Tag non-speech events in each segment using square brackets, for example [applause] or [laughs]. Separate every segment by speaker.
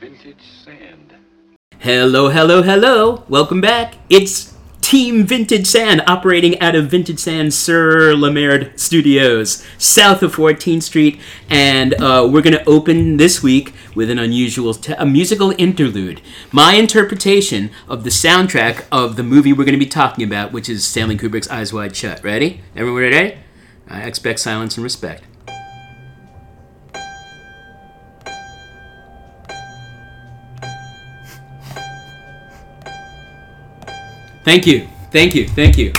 Speaker 1: vintage sand.
Speaker 2: Hello, hello, hello. Welcome back. It's Team Vintage Sand operating out of Vintage Sand Sir Lemaired Studios, south of 14th Street. And uh, we're going to open this week with an unusual t- a musical interlude. My interpretation of the soundtrack of the movie we're going to be talking about, which is Stanley Kubrick's Eyes Wide Shut. Ready? Everyone ready? I expect silence and respect. Thank you. Thank you. Thank you.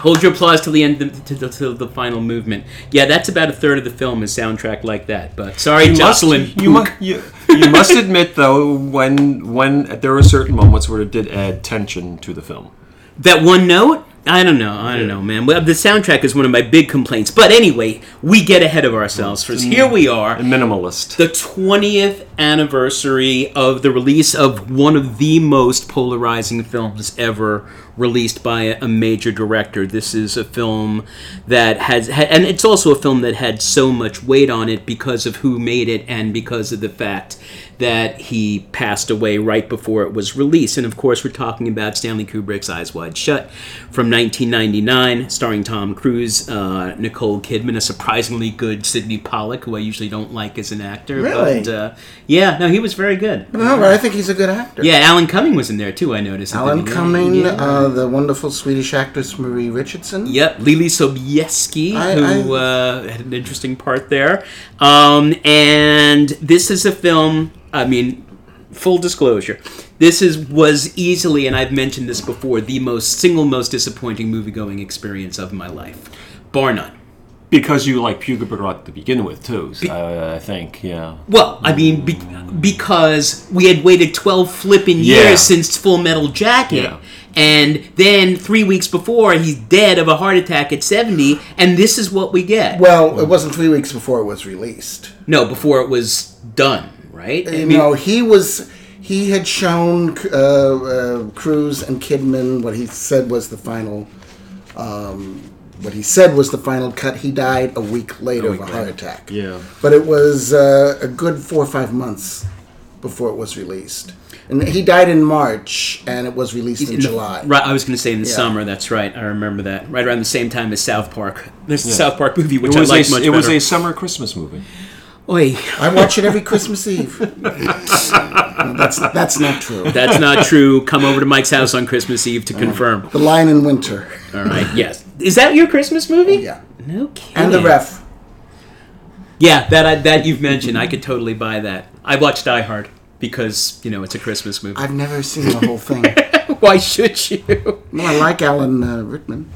Speaker 2: Hold your applause till the end, to the, till the final movement. Yeah, that's about a third of the film is soundtrack like that. But sorry, Jocelyn.
Speaker 3: Must, you, mu- you, you must admit, though, when when there were certain moments where it did add tension to the film.
Speaker 2: that one note. I don't know. I don't know, man. Well, the soundtrack is one of my big complaints. But anyway, we get ahead of ourselves. Because here we are.
Speaker 3: And minimalist.
Speaker 2: the 20th anniversary of the release of one of the most polarizing films ever released by a, a major director. This is a film that has, ha- and it's also a film that had so much weight on it because of who made it and because of the fact that he passed away right before it was released. And of course, we're talking about Stanley Kubrick's Eyes Wide Shut from 1999, starring Tom Cruise, uh, Nicole Kidman, a surprisingly good Sidney Pollack, who I usually don't like as an actor.
Speaker 4: Really?
Speaker 2: But, uh, yeah, no, he was very good.
Speaker 4: No, but I think he's a good actor.
Speaker 2: Yeah, Alan Cumming was in there too, I noticed. at the
Speaker 4: Alan
Speaker 2: beginning.
Speaker 4: Cumming,
Speaker 2: Yeah.
Speaker 4: uh, the wonderful Swedish actress Marie Richardson.
Speaker 2: Yep, Lili Sobieski,
Speaker 4: I-
Speaker 2: who
Speaker 4: I-
Speaker 2: Uh, had an interesting part there. Um, and this is a film. I mean, full disclosure, this is was easily, and I've mentioned this before, the most single most disappointing movie going experience of my life, bar none.
Speaker 3: because you like Puga Brat to begin with, too, so, uh, I think, yeah.
Speaker 2: Well, I mean, be- because we had waited 12 flipping
Speaker 3: Yeah.
Speaker 2: years since Full Metal Jacket.
Speaker 3: Yeah.
Speaker 2: And then three weeks before, he's dead of a heart attack at 70, and this is what we get.
Speaker 4: Well, it wasn't three weeks before it was released.
Speaker 2: No, before it was done, right? I mean,
Speaker 4: no, he was. He had shown uh, uh, Cruz and Kidman what he said was the final. Um, what he said was the final cut. He died a week later of a heart attack.
Speaker 3: Yeah.
Speaker 4: but it was uh, a good four or five months before it was released, and he died in March, and it was released in,
Speaker 2: in the-
Speaker 4: July.
Speaker 2: right, I was going to say in the
Speaker 4: Yeah.
Speaker 2: summer. That's right. I remember that. Right around the same time as South Park. There's the South Park movie, which
Speaker 3: It was,
Speaker 2: I like
Speaker 3: a,
Speaker 2: much
Speaker 3: it was
Speaker 2: better.
Speaker 3: a summer Christmas movie.
Speaker 2: Oi,
Speaker 4: I watch it every Christmas Eve. [laughs] No, that's that's not true.
Speaker 2: that's
Speaker 4: [laughs]
Speaker 2: not true. Come over to Mike's house on Christmas Eve
Speaker 3: Uh-huh.
Speaker 2: to confirm.
Speaker 3: [laughs]
Speaker 4: The Lion in Winter.
Speaker 2: All right. Yes. Is that your Christmas movie?
Speaker 4: Yeah,
Speaker 2: No kidding.
Speaker 4: and the ref.
Speaker 2: Yeah, that I, that you've mentioned,
Speaker 4: Mm-hmm.
Speaker 2: I could totally buy that. I watched Die Hard because you know it's a Christmas movie.
Speaker 4: I've never seen the whole thing.
Speaker 2: [laughs] Why should you?
Speaker 4: Well, I like Alan uh, Rickman.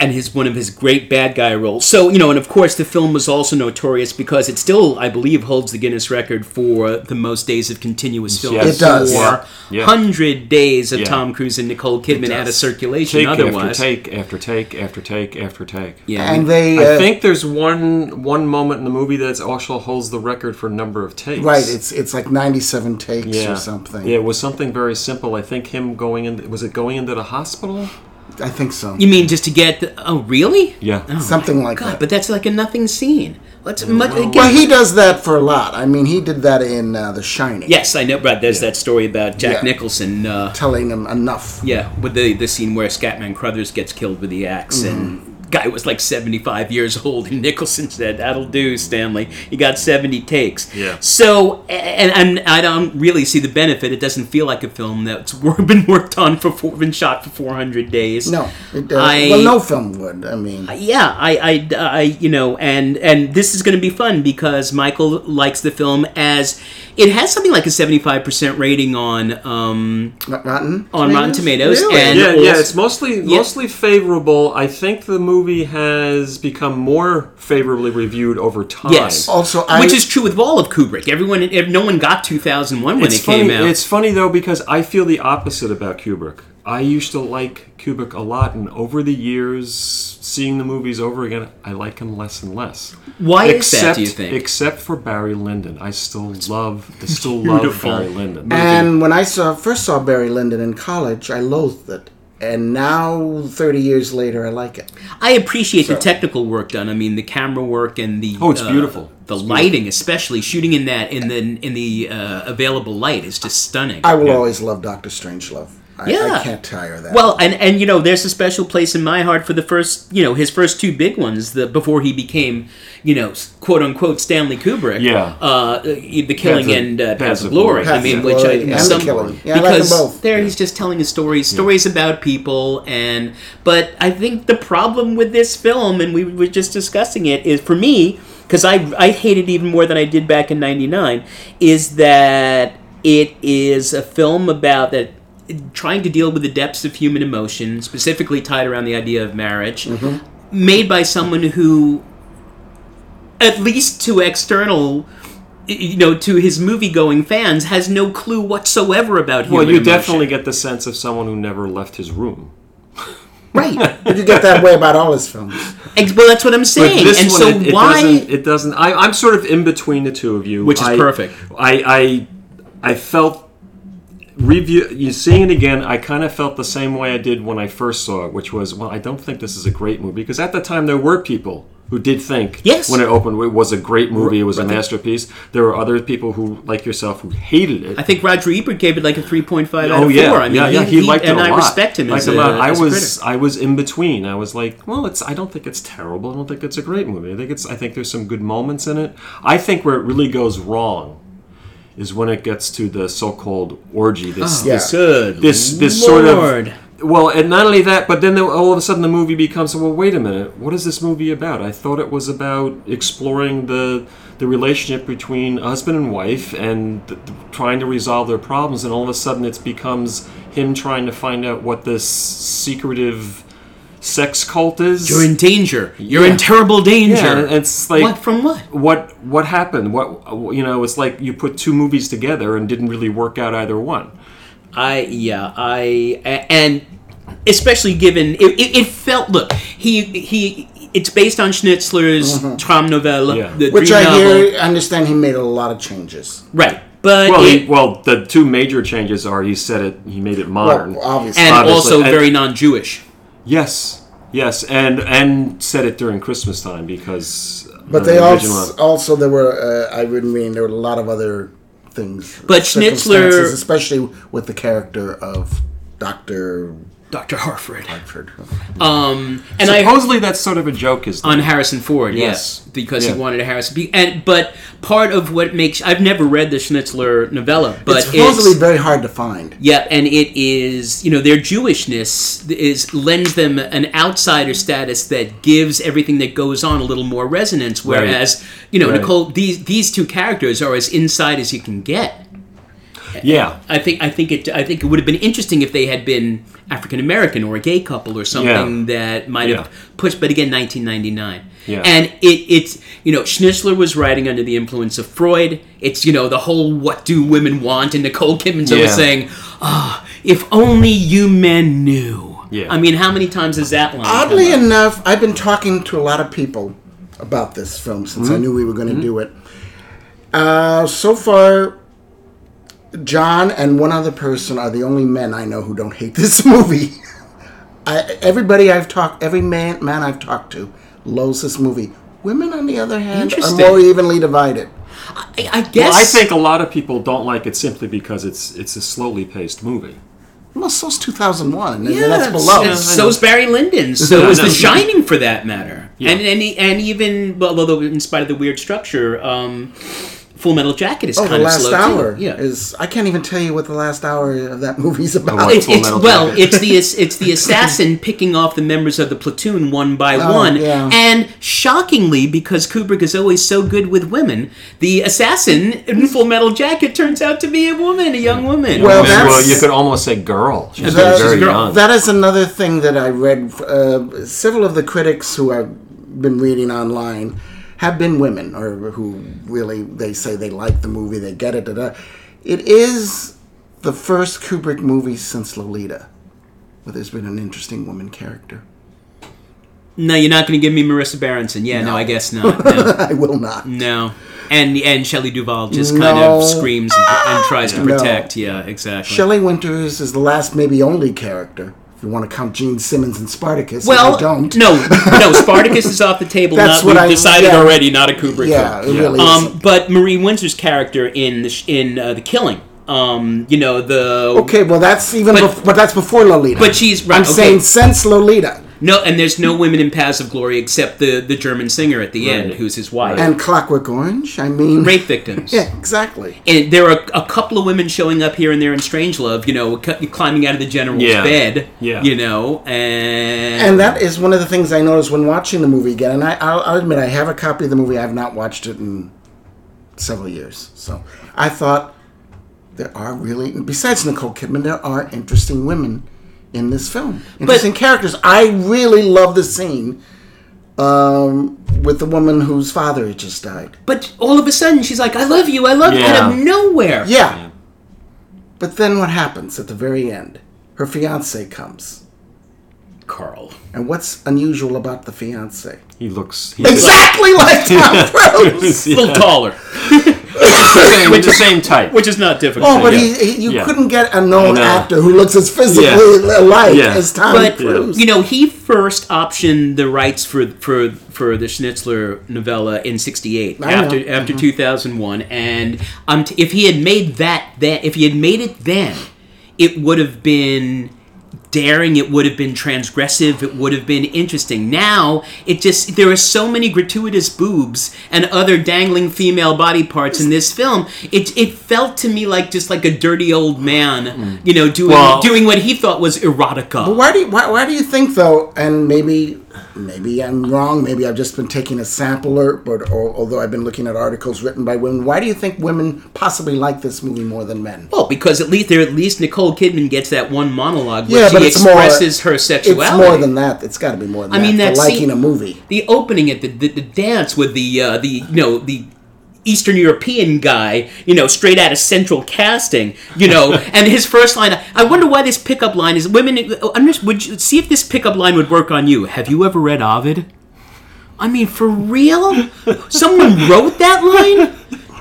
Speaker 2: and his one of his great bad guy roles. So you know, and of course, the film was also notorious because it still, I believe, holds the Guinness record for the most days of continuous film.
Speaker 3: Yes.
Speaker 4: It does.
Speaker 2: Or
Speaker 3: Yeah.
Speaker 2: hundred days of
Speaker 3: Yeah.
Speaker 2: Tom Cruise and Nicole Kidman out of
Speaker 4: does.
Speaker 2: circulation.
Speaker 3: Take after
Speaker 2: otherwise,
Speaker 3: take after take after take after take.
Speaker 2: yeah,
Speaker 4: And they.
Speaker 3: I
Speaker 4: uh,
Speaker 3: think there's one one moment in the movie that also holds the record for number of takes.
Speaker 4: Right, it's it's like 97 takes or something.
Speaker 3: Yeah, it was something very simple. I think him going in was it going into the hospital?
Speaker 4: I think so.
Speaker 2: you mean just to get? The, oh, really?
Speaker 3: Yeah.
Speaker 4: something like
Speaker 2: God,
Speaker 4: that.
Speaker 2: but that's like a nothing scene. Let's much, again,
Speaker 4: well, he does that for a lot. I mean, he did that in uh, The Shining.
Speaker 2: Yes, I know. Right, there's that story about Jack
Speaker 4: Yeah.
Speaker 2: Nicholson. Uh,
Speaker 4: Telling him enough.
Speaker 2: yeah, with the the scene where Scatman Crothers gets killed with the ax and guy was like 75 years old, and [laughs] Nicholson said, "That'll do, Stanley. You got 70 takes."
Speaker 3: Yeah.
Speaker 2: So, a- and, and I don't really see the benefit. It doesn't feel like a film that's [laughs] wor- been worked on for four, been shot for 400 days.
Speaker 4: No. It, uh,
Speaker 2: I-
Speaker 4: well, no film would. I mean,
Speaker 2: yeah I, I i you know and and this is going to be fun because michael likes the film as it has something like a 75% rating on um
Speaker 4: Rotten?
Speaker 2: on rotten tomatoes
Speaker 4: Really?
Speaker 2: and
Speaker 3: Yeah, yeah,
Speaker 2: also-
Speaker 3: it's mostly mostly favorable. I think the movie has become more favorably reviewed over time.
Speaker 2: yes
Speaker 4: Also, I-
Speaker 2: which is true with all of kubrick everyone if no one got 2001 when
Speaker 3: it's
Speaker 2: it
Speaker 3: funny,
Speaker 2: came out
Speaker 3: It's funny though because I feel the opposite about Kubrick. I used to like Kubrick a lot, and over the years, seeing the movies over again, I like him less and less.
Speaker 2: Why is that, do you think?
Speaker 3: Except for Barry Lyndon, I still love, [laughs] I still love
Speaker 2: beautiful.
Speaker 3: Barry Lyndon.
Speaker 4: And when I saw first saw Barry Lyndon in college, I loathed it. And now, 30 years later, I like it.
Speaker 2: I appreciate the technical work done. I mean, the camera work and the uh,
Speaker 3: Oh, it's beautiful.
Speaker 2: The
Speaker 3: It's
Speaker 2: lighting, especially shooting in that in the in the uh, available light, is just stunning.
Speaker 4: I will always love Doctor Strangelove. I,
Speaker 2: Yeah.
Speaker 4: I can't tire of that.
Speaker 2: Well, and and you know, there's a special place in my heart for the first, you know, his first two big ones. The before he became, you know, s- quote unquote Stanley Kubrick.
Speaker 3: Yeah.
Speaker 2: Uh, the Killing
Speaker 3: Paths of-
Speaker 2: and uh, Paths of
Speaker 3: Paths of
Speaker 2: Glory.
Speaker 3: Glory.
Speaker 2: I
Speaker 4: Paths
Speaker 2: mean,
Speaker 4: of
Speaker 2: which
Speaker 4: Glory
Speaker 2: I
Speaker 4: and The
Speaker 2: some
Speaker 4: Killing. Yeah, I like them
Speaker 2: because
Speaker 4: both.
Speaker 2: there he's just telling his stories, stories about people, and but I think the problem with this film, and we were just discussing it, is for me because I I hate it even more than I did back in '99, is that it is a film about that trying to deal with the depths of human emotion, specifically tied around the idea of marriage,
Speaker 4: Mm-hmm.
Speaker 2: made by someone who, at least to external. You know, to his movie-going fans, has no clue whatsoever about human
Speaker 3: Well, you
Speaker 2: emotion.
Speaker 3: definitely get the sense of someone who never left his room.
Speaker 4: right. But you get that way about all his
Speaker 2: [laughs]
Speaker 4: films.
Speaker 2: Ex- Well, that's what I'm saying. and so
Speaker 3: it, it
Speaker 2: why?
Speaker 3: doesn't. It doesn't I, I'm sort of in between the two of you,
Speaker 2: Which is
Speaker 3: I-
Speaker 2: perfect.
Speaker 3: I I, I felt review you seeing it again. I kind of felt the same way I did when I first saw it, which was, well, I don't think this is a great movie because at the time there were people who did think
Speaker 2: Yes.
Speaker 3: when it opened it was a great movie, it was a masterpiece. There were other people who, like yourself, who hated it.
Speaker 2: I think Roger Ebert gave it like a 3.5 out
Speaker 3: Oh
Speaker 2: of 4.
Speaker 3: yeah,
Speaker 2: I mean,
Speaker 3: yeah, yeah. He, liked
Speaker 2: and
Speaker 3: it a
Speaker 2: I
Speaker 3: lot.
Speaker 2: respect him
Speaker 3: Liked
Speaker 2: as
Speaker 3: it
Speaker 2: a,
Speaker 3: a lot. I
Speaker 2: as a
Speaker 3: was,
Speaker 2: critic.
Speaker 3: I was in between. I was like, well, it's. I don't think it's terrible. I don't think it's a great movie. I think it's. I think there's some good moments in it. I think where it really goes wrong is when it gets to the so-called orgy. This,
Speaker 2: Oh.
Speaker 4: yeah.
Speaker 3: this,
Speaker 2: Good.
Speaker 3: this, this
Speaker 2: Lord.
Speaker 3: sort of. Well, and not only that, but then there, all of a sudden the movie becomes, well, wait a minute, what is this movie about? I thought it was about exploring the the relationship between a husband and wife and th- th- trying to resolve their problems, and all of a sudden it becomes him trying to find out what this secretive sex cult is.
Speaker 2: You're in danger. You're in
Speaker 3: Yeah.
Speaker 2: terrible danger.
Speaker 3: yeah, and it's like
Speaker 2: what from what?
Speaker 3: what what happened? What you know? It's like you put two movies together and didn't really work out either one.
Speaker 2: I yeah I a- and especially given it, it, it felt look he he it's based on Schnitzler's Traum Novelle
Speaker 3: Yeah.
Speaker 2: the
Speaker 4: Mm-hmm. Which
Speaker 2: dream
Speaker 4: I
Speaker 2: novel
Speaker 4: hear, understand he made a lot of changes.
Speaker 2: right but
Speaker 3: Well,
Speaker 2: it,
Speaker 3: he, well, the two major changes are he said it, he made it modern.
Speaker 4: Well, obviously.
Speaker 2: and
Speaker 3: obviously,
Speaker 2: also
Speaker 3: and-
Speaker 2: very non-Jewish
Speaker 3: yes, yes, and and said it during Christmas time because.
Speaker 4: but
Speaker 3: uh,
Speaker 4: they
Speaker 3: the
Speaker 4: also,
Speaker 3: original-
Speaker 4: also there were, uh, I would mean, there were a lot of other things.
Speaker 2: But Schnitzler-
Speaker 4: circumstances, Especially with the character of Dr.
Speaker 2: Dr. Harford
Speaker 4: Hartford.
Speaker 2: um and I
Speaker 3: supposedly that's sort of a joke, is
Speaker 2: on
Speaker 3: that?
Speaker 2: Harrison Ford, yes,
Speaker 3: Yes.
Speaker 2: because
Speaker 3: Yeah.
Speaker 2: he wanted a Harrison. be- And but part of what makes I've never read the Schnitzler novella, but
Speaker 4: It's
Speaker 2: it's,
Speaker 4: supposedly very hard to find.
Speaker 2: yeah, and it is you know their Jewishness is lends them an outsider status that gives everything that goes on a little more resonance. Whereas you know
Speaker 3: Right.
Speaker 2: Nicole, these these two characters are as inside as you can get.
Speaker 3: yeah,
Speaker 2: I think I think it I think it would have been interesting if they had been African American or a gay couple or something that might have
Speaker 3: Yeah.
Speaker 2: pushed. But again, 1999,
Speaker 3: Yeah.
Speaker 2: and it it's you know Schnitzler was writing under the influence of Freud. It's you know the whole what do women want, and Nicole Kidman's
Speaker 3: Yeah.
Speaker 2: always saying, ah, if only you men knew.
Speaker 3: Yeah.
Speaker 2: I mean, how many times is that line? come
Speaker 4: Oddly
Speaker 2: up?
Speaker 4: enough, I've been talking to a lot of people about this film since
Speaker 2: Mm-hmm.
Speaker 4: I knew we were going to do it. Uh, so far, John and one other person are the only men I know who don't hate this [laughs] movie. I, everybody I've talked, every man man I've talked to, loves this movie. Women, on the other hand, are
Speaker 2: Interesting.
Speaker 4: more evenly divided.
Speaker 2: I, I guess.
Speaker 3: I think a lot of people don't like it simply because it's it's a slowly paced movie.
Speaker 4: Well, so's 2001, and
Speaker 2: Yeah,
Speaker 4: that's below.
Speaker 2: and so's Barry Lyndon. So
Speaker 3: Yeah, I
Speaker 2: is The
Speaker 3: know.
Speaker 2: Shining for that matter. And and and even well, although in spite of the weird structure, um, Full Metal Jacket is
Speaker 4: Oh, the
Speaker 2: kind of
Speaker 4: last
Speaker 2: slow
Speaker 4: hour
Speaker 2: too. Yeah. Oh,
Speaker 4: is. I can't even tell you what the last hour of that [laughs] movie's about.
Speaker 3: what?
Speaker 2: it's,
Speaker 3: Full
Speaker 2: it's
Speaker 3: Metal
Speaker 2: well,
Speaker 3: Jacket.
Speaker 2: it's the
Speaker 3: [laughs]
Speaker 2: ass- it's the assassin picking off the members of the platoon one by one,
Speaker 4: Oh, yeah.
Speaker 2: and shockingly, because Kubrick is always so good with women, the assassin in Full Metal Jacket turns out to be a woman, a young woman.
Speaker 3: Well,
Speaker 4: Well, that's-
Speaker 3: you could almost say girl. She's
Speaker 2: bet she's a
Speaker 3: very
Speaker 2: girl.
Speaker 3: young.
Speaker 4: That is another thing that I read. Uh, several of the critics who I've been reading online have been women, or who really they say they like the movie, they get it. Da, da. It is the first Kubrick movie since Lolita, where there's been an interesting woman character. [laughs]
Speaker 2: no, you're not going to give me Marissa Berenson. Yeah, no, I guess not. No.
Speaker 4: I will not.
Speaker 2: No. And and Shelley Duvall just kind
Speaker 4: No.
Speaker 2: of screams and, and tries to protect. Yeah, exactly.
Speaker 4: Shelley Winters is the last, maybe only character you want to count Gene Simmons and Spartacus. and
Speaker 2: Well,
Speaker 4: I don't.
Speaker 2: no, no. Spartacus is off the table.
Speaker 4: That's
Speaker 2: not,
Speaker 4: what
Speaker 2: we've
Speaker 4: I-
Speaker 2: decided
Speaker 4: yeah.
Speaker 2: already. Not a Kubrick.
Speaker 4: Yeah,
Speaker 2: film.
Speaker 4: it really is.
Speaker 2: Um, but Marie Windsor's character in the sh- in uh, the Killing, um, you know the
Speaker 4: Okay, well that's even,
Speaker 2: But-
Speaker 4: bef- but that's before Lolita.
Speaker 2: But she's right.
Speaker 4: I'm
Speaker 2: okay.
Speaker 4: saying since Lolita
Speaker 2: no, and there's no women in Paths of Glory except the the German singer at the end, who's his wife.
Speaker 4: and Clockwork Orange. I mean,
Speaker 2: rape victims.
Speaker 4: yeah, exactly.
Speaker 2: And there are a couple of women showing up here and there in Strange Love, you know, cu- climbing out of the general's
Speaker 3: Yeah.
Speaker 2: bed,
Speaker 3: Yeah.
Speaker 2: you know, and
Speaker 4: And that is one of the things I noticed when watching the movie again. And I, I'll, I'll admit, I have a copy of the movie. I've not watched it in several years. So I thought there are really, besides Nicole Kidman, there are interesting women in this film, interesting characters. I really love the scene um, with the woman whose father had just died.
Speaker 2: but all of a sudden she's like, "I love you, I love you," out of
Speaker 3: Yeah.
Speaker 2: nowhere.
Speaker 4: Yeah. But then what happens at the very end? Her fiance comes.
Speaker 2: Carl.
Speaker 4: And what's unusual about the fiance?
Speaker 3: He looks. He [laughs]
Speaker 4: Exactly like Tom Cruise!
Speaker 2: A little taller,
Speaker 3: with the same type.
Speaker 2: which is not difficult.
Speaker 4: Oh, but
Speaker 3: Yeah.
Speaker 4: he, he, you
Speaker 3: Yeah.
Speaker 4: couldn't get a known
Speaker 3: No.
Speaker 4: actor who looks as physically
Speaker 3: Yeah.
Speaker 4: alike
Speaker 3: Yeah.
Speaker 4: as Tom
Speaker 2: But
Speaker 4: Cruise.
Speaker 2: you know, he first optioned the rights for for for the Schnitzler novella in '68
Speaker 4: I know. Mm-hmm.
Speaker 2: after after 2001, and um, t- if he had made that then, if he had made it then, it would have been daring it would have been transgressive it would have been interesting now it just there are so many gratuitous boobs and other dangling female body parts in this film it it felt to me like just like a dirty old man you know doing
Speaker 3: Well-
Speaker 2: doing what he thought was erotica
Speaker 4: Mm. why do you, why, why do you think though? And maybe maybe I'm wrong. Maybe I've just been taking a sample, or, but or, although I've been looking at articles written by women, why do you think women possibly like this movie more than men?
Speaker 2: Well, Oh, because at least there, at least Nicole Kidman gets that one monologue where
Speaker 4: Yeah, but
Speaker 2: she
Speaker 4: it's more-
Speaker 2: expresses her sexuality.
Speaker 4: It's more than that. It's got to be more than
Speaker 2: I
Speaker 4: that.
Speaker 2: mean,
Speaker 4: for
Speaker 2: that
Speaker 4: liking
Speaker 2: scene-
Speaker 4: a movie.
Speaker 2: the opening at the, the, the dance with the uh, the you know the Eastern European guy, you know, straight out of Central Casting, you know,
Speaker 4: [laughs]
Speaker 2: and his first line. I wonder why this pickup line is women. uh, I'm just, would you, see if this pickup line would work on you. Have you ever read Ovid? I mean, for real?
Speaker 4: [laughs]
Speaker 2: Someone wrote that line?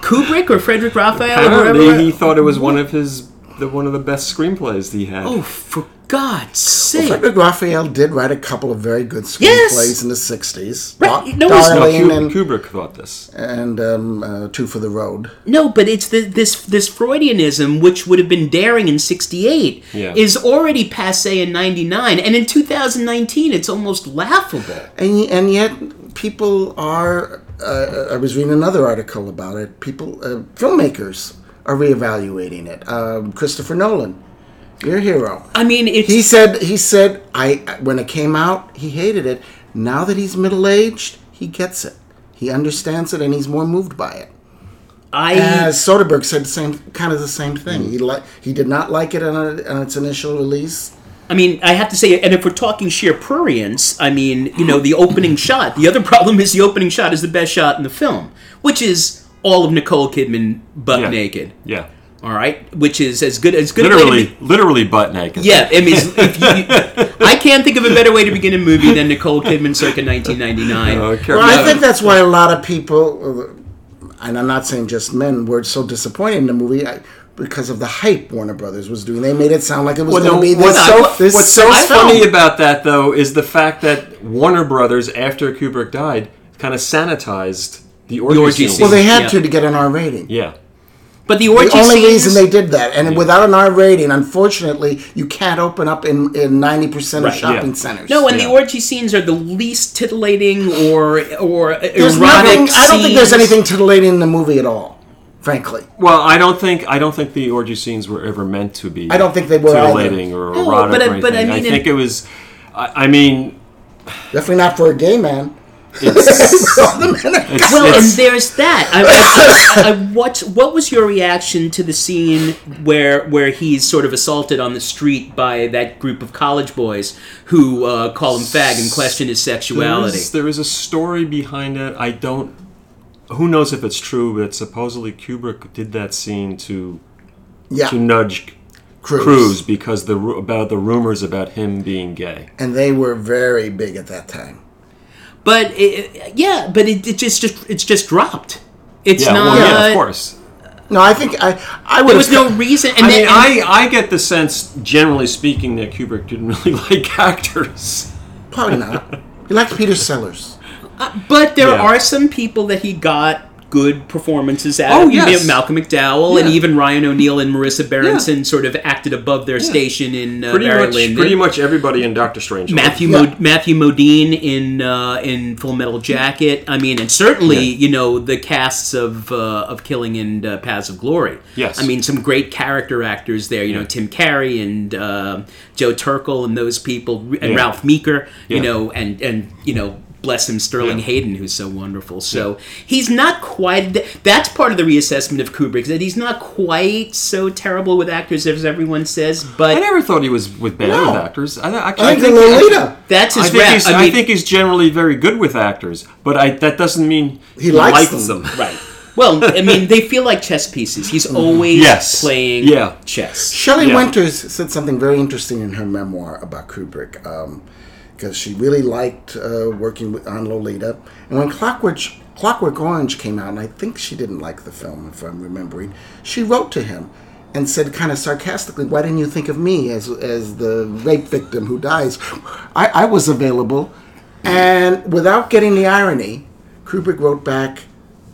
Speaker 2: Kubrick or Frederick Raphael? or whoever?
Speaker 3: Apparently, he thought it was one of his, the, one of the best screenplays he had.
Speaker 2: Oh, for God's sake!
Speaker 4: Frederick Raphael did write a couple of very good screenplays
Speaker 2: Yes.
Speaker 4: in the '60s.
Speaker 2: Right,
Speaker 4: Da-
Speaker 2: no, it's
Speaker 3: No,
Speaker 2: not
Speaker 4: Darling
Speaker 3: Kubrick,
Speaker 4: and,
Speaker 3: Kubrick thought this.
Speaker 4: and um, uh, Two for the Road.
Speaker 2: No, but it's the, this this Freudianism, which would have been daring in '68,
Speaker 3: Yeah.
Speaker 2: is already passe in '99, and in 2019, it's almost laughable.
Speaker 4: And, y- and yet, people are. Uh, I was reading another article about it. People, uh, filmmakers, are reevaluating it. Um, Christopher Nolan, your hero,
Speaker 2: I mean, it's
Speaker 4: he said. He said, "I when it came out, he hated it. Now that he's middle aged, he gets it. He understands it, and he's more moved by it."
Speaker 2: I
Speaker 4: As Soderbergh said, the same kind of the same thing. He li- he did not like it on, a, on its initial release.
Speaker 2: I mean, I have to say, and if we're talking sheer prurience, I mean, you know, the
Speaker 3: [laughs]
Speaker 2: opening shot. The other problem is the opening shot is the best shot in the film, which is all of Nicole Kidman butt
Speaker 3: Yeah.
Speaker 2: naked.
Speaker 3: Yeah.
Speaker 2: All right, which is as good as good a way to be-
Speaker 3: Literally, literally butt naked.
Speaker 2: Yeah, I mean, if you, I can't think of a better way to begin a movie than Nicole Kidman circa
Speaker 3: [laughs]
Speaker 2: 1999.
Speaker 3: Uh, Car-
Speaker 4: Well, I
Speaker 3: yeah.
Speaker 4: think that's why a lot of people, and I'm not saying just men, were so disappointed in the movie I, because of the hype Warner Brothers was doing. They made it sound like it was
Speaker 3: Well,
Speaker 4: going
Speaker 3: no,
Speaker 4: to be this.
Speaker 3: what's
Speaker 4: so,
Speaker 2: so-
Speaker 4: this
Speaker 3: What's
Speaker 4: so
Speaker 3: so
Speaker 2: I found-
Speaker 3: funny about that, though, is the fact that Warner Brothers, after Kubrick died, kind of sanitized the orgy,
Speaker 2: orgy
Speaker 3: scene.
Speaker 2: scene.
Speaker 4: well, they had
Speaker 2: Yeah.
Speaker 4: to to get an R rating.
Speaker 3: yeah.
Speaker 2: But the orgy
Speaker 4: The only
Speaker 2: scenes,
Speaker 4: reason they did that, and without an R rating, unfortunately, you can't open up in in ninety percent of
Speaker 2: Right,
Speaker 4: shopping
Speaker 3: yeah.
Speaker 4: centers.
Speaker 2: no, and
Speaker 3: Yeah.
Speaker 2: the orgy scenes are the least titillating or or
Speaker 4: there's
Speaker 2: erotic.
Speaker 4: nothing. I don't think there's
Speaker 2: scenes.
Speaker 4: anything titillating in the movie at all. Frankly,
Speaker 3: Well, I don't think I don't think the orgy scenes were ever meant to be.
Speaker 4: I don't think they were either.
Speaker 3: titillating or
Speaker 2: No,
Speaker 3: erotic
Speaker 2: but I-
Speaker 3: or anything.
Speaker 2: but I
Speaker 3: I
Speaker 2: mean,
Speaker 3: think
Speaker 2: in-
Speaker 3: it was. I, I mean,
Speaker 4: definitely not for a gay man. [laughs]
Speaker 3: it's, it's-
Speaker 2: Well,
Speaker 3: it's-
Speaker 2: and there's that.
Speaker 4: [laughs]
Speaker 2: I, I, I watched. What was your reaction to the scene where where he's sort of assaulted on the street by that group of college boys who uh, call him fag and question his
Speaker 3: There
Speaker 2: sexuality?
Speaker 3: is, there is a story behind it. I don't. Who knows if it's true? But supposedly Kubrick did that scene to
Speaker 4: Yeah,
Speaker 3: to nudge
Speaker 4: Cruise.
Speaker 3: Cruz because the ru- about the rumors about him being gay.
Speaker 4: and they were very big at that time.
Speaker 2: But it, yeah, but it, it just just it's just dropped. It's
Speaker 3: Yeah,
Speaker 2: not.
Speaker 3: well, yeah, of course.
Speaker 4: No, I think I I would.
Speaker 2: There
Speaker 4: have
Speaker 2: was no reason. And
Speaker 3: I
Speaker 2: then,
Speaker 3: mean,
Speaker 2: and-
Speaker 3: I, I get the sense, generally speaking, that Kubrick didn't [laughs] really like actors.
Speaker 4: probably not. He liked Peter Sellers.
Speaker 2: But there
Speaker 3: Yeah.
Speaker 2: are some people that he got good performances out
Speaker 3: Oh,
Speaker 2: of. You
Speaker 3: yes.
Speaker 2: know, Malcolm McDowell and
Speaker 3: Yeah.
Speaker 2: even Ryan O'Neill and Marissa Berenson sort of acted above their station in uh,
Speaker 3: Pretty
Speaker 2: Barry
Speaker 3: much,
Speaker 2: Lyndon.
Speaker 3: pretty much everybody in Doctor Strange.
Speaker 2: Matthew
Speaker 4: Yeah.
Speaker 2: Mo- Matthew Modine in uh, in Full Metal Jacket. I mean, and certainly you know the casts of uh, of Killing and uh, Paths of Glory.
Speaker 3: Yes.
Speaker 2: I mean some great character actors there. You know
Speaker 3: Yeah.
Speaker 2: Tim Carey and uh, Joe Turkel and those people and
Speaker 3: Yeah.
Speaker 2: Ralph Meeker. You
Speaker 3: Yeah.
Speaker 2: know and and you know. Bless him, Sterling
Speaker 3: Yeah.
Speaker 2: Hayden, who's so wonderful. So he's not quite. th- That's part of the reassessment of Kubrick that he's not quite so terrible with actors as everyone says. But
Speaker 3: I never thought he was with bad
Speaker 4: No.
Speaker 3: with actors. I, actually,
Speaker 4: I think the Lolita.
Speaker 2: that's his
Speaker 3: I think,
Speaker 2: rep.
Speaker 3: he's,
Speaker 2: I
Speaker 3: I,
Speaker 2: mean-
Speaker 3: think he's generally very good with actors, but I, that doesn't mean he,
Speaker 4: likes them.
Speaker 3: them.
Speaker 2: Right. [laughs] Well, I mean, they feel like chess pieces. He's always
Speaker 3: Mm-hmm. Yes.
Speaker 2: playing
Speaker 3: Yeah.
Speaker 2: chess.
Speaker 4: Shelley
Speaker 3: Yeah.
Speaker 4: Winters said something very interesting in her memoir about Kubrick, because she really liked uh, working with, on Lolita. And when Clockwork, Clockwork Orange came out, and I think she didn't like the film, if I'm remembering, she wrote to him and said, kind of sarcastically, "Why didn't you think of me as as the rape victim who dies? I, I was available." And without getting the irony, Kubrick wrote back.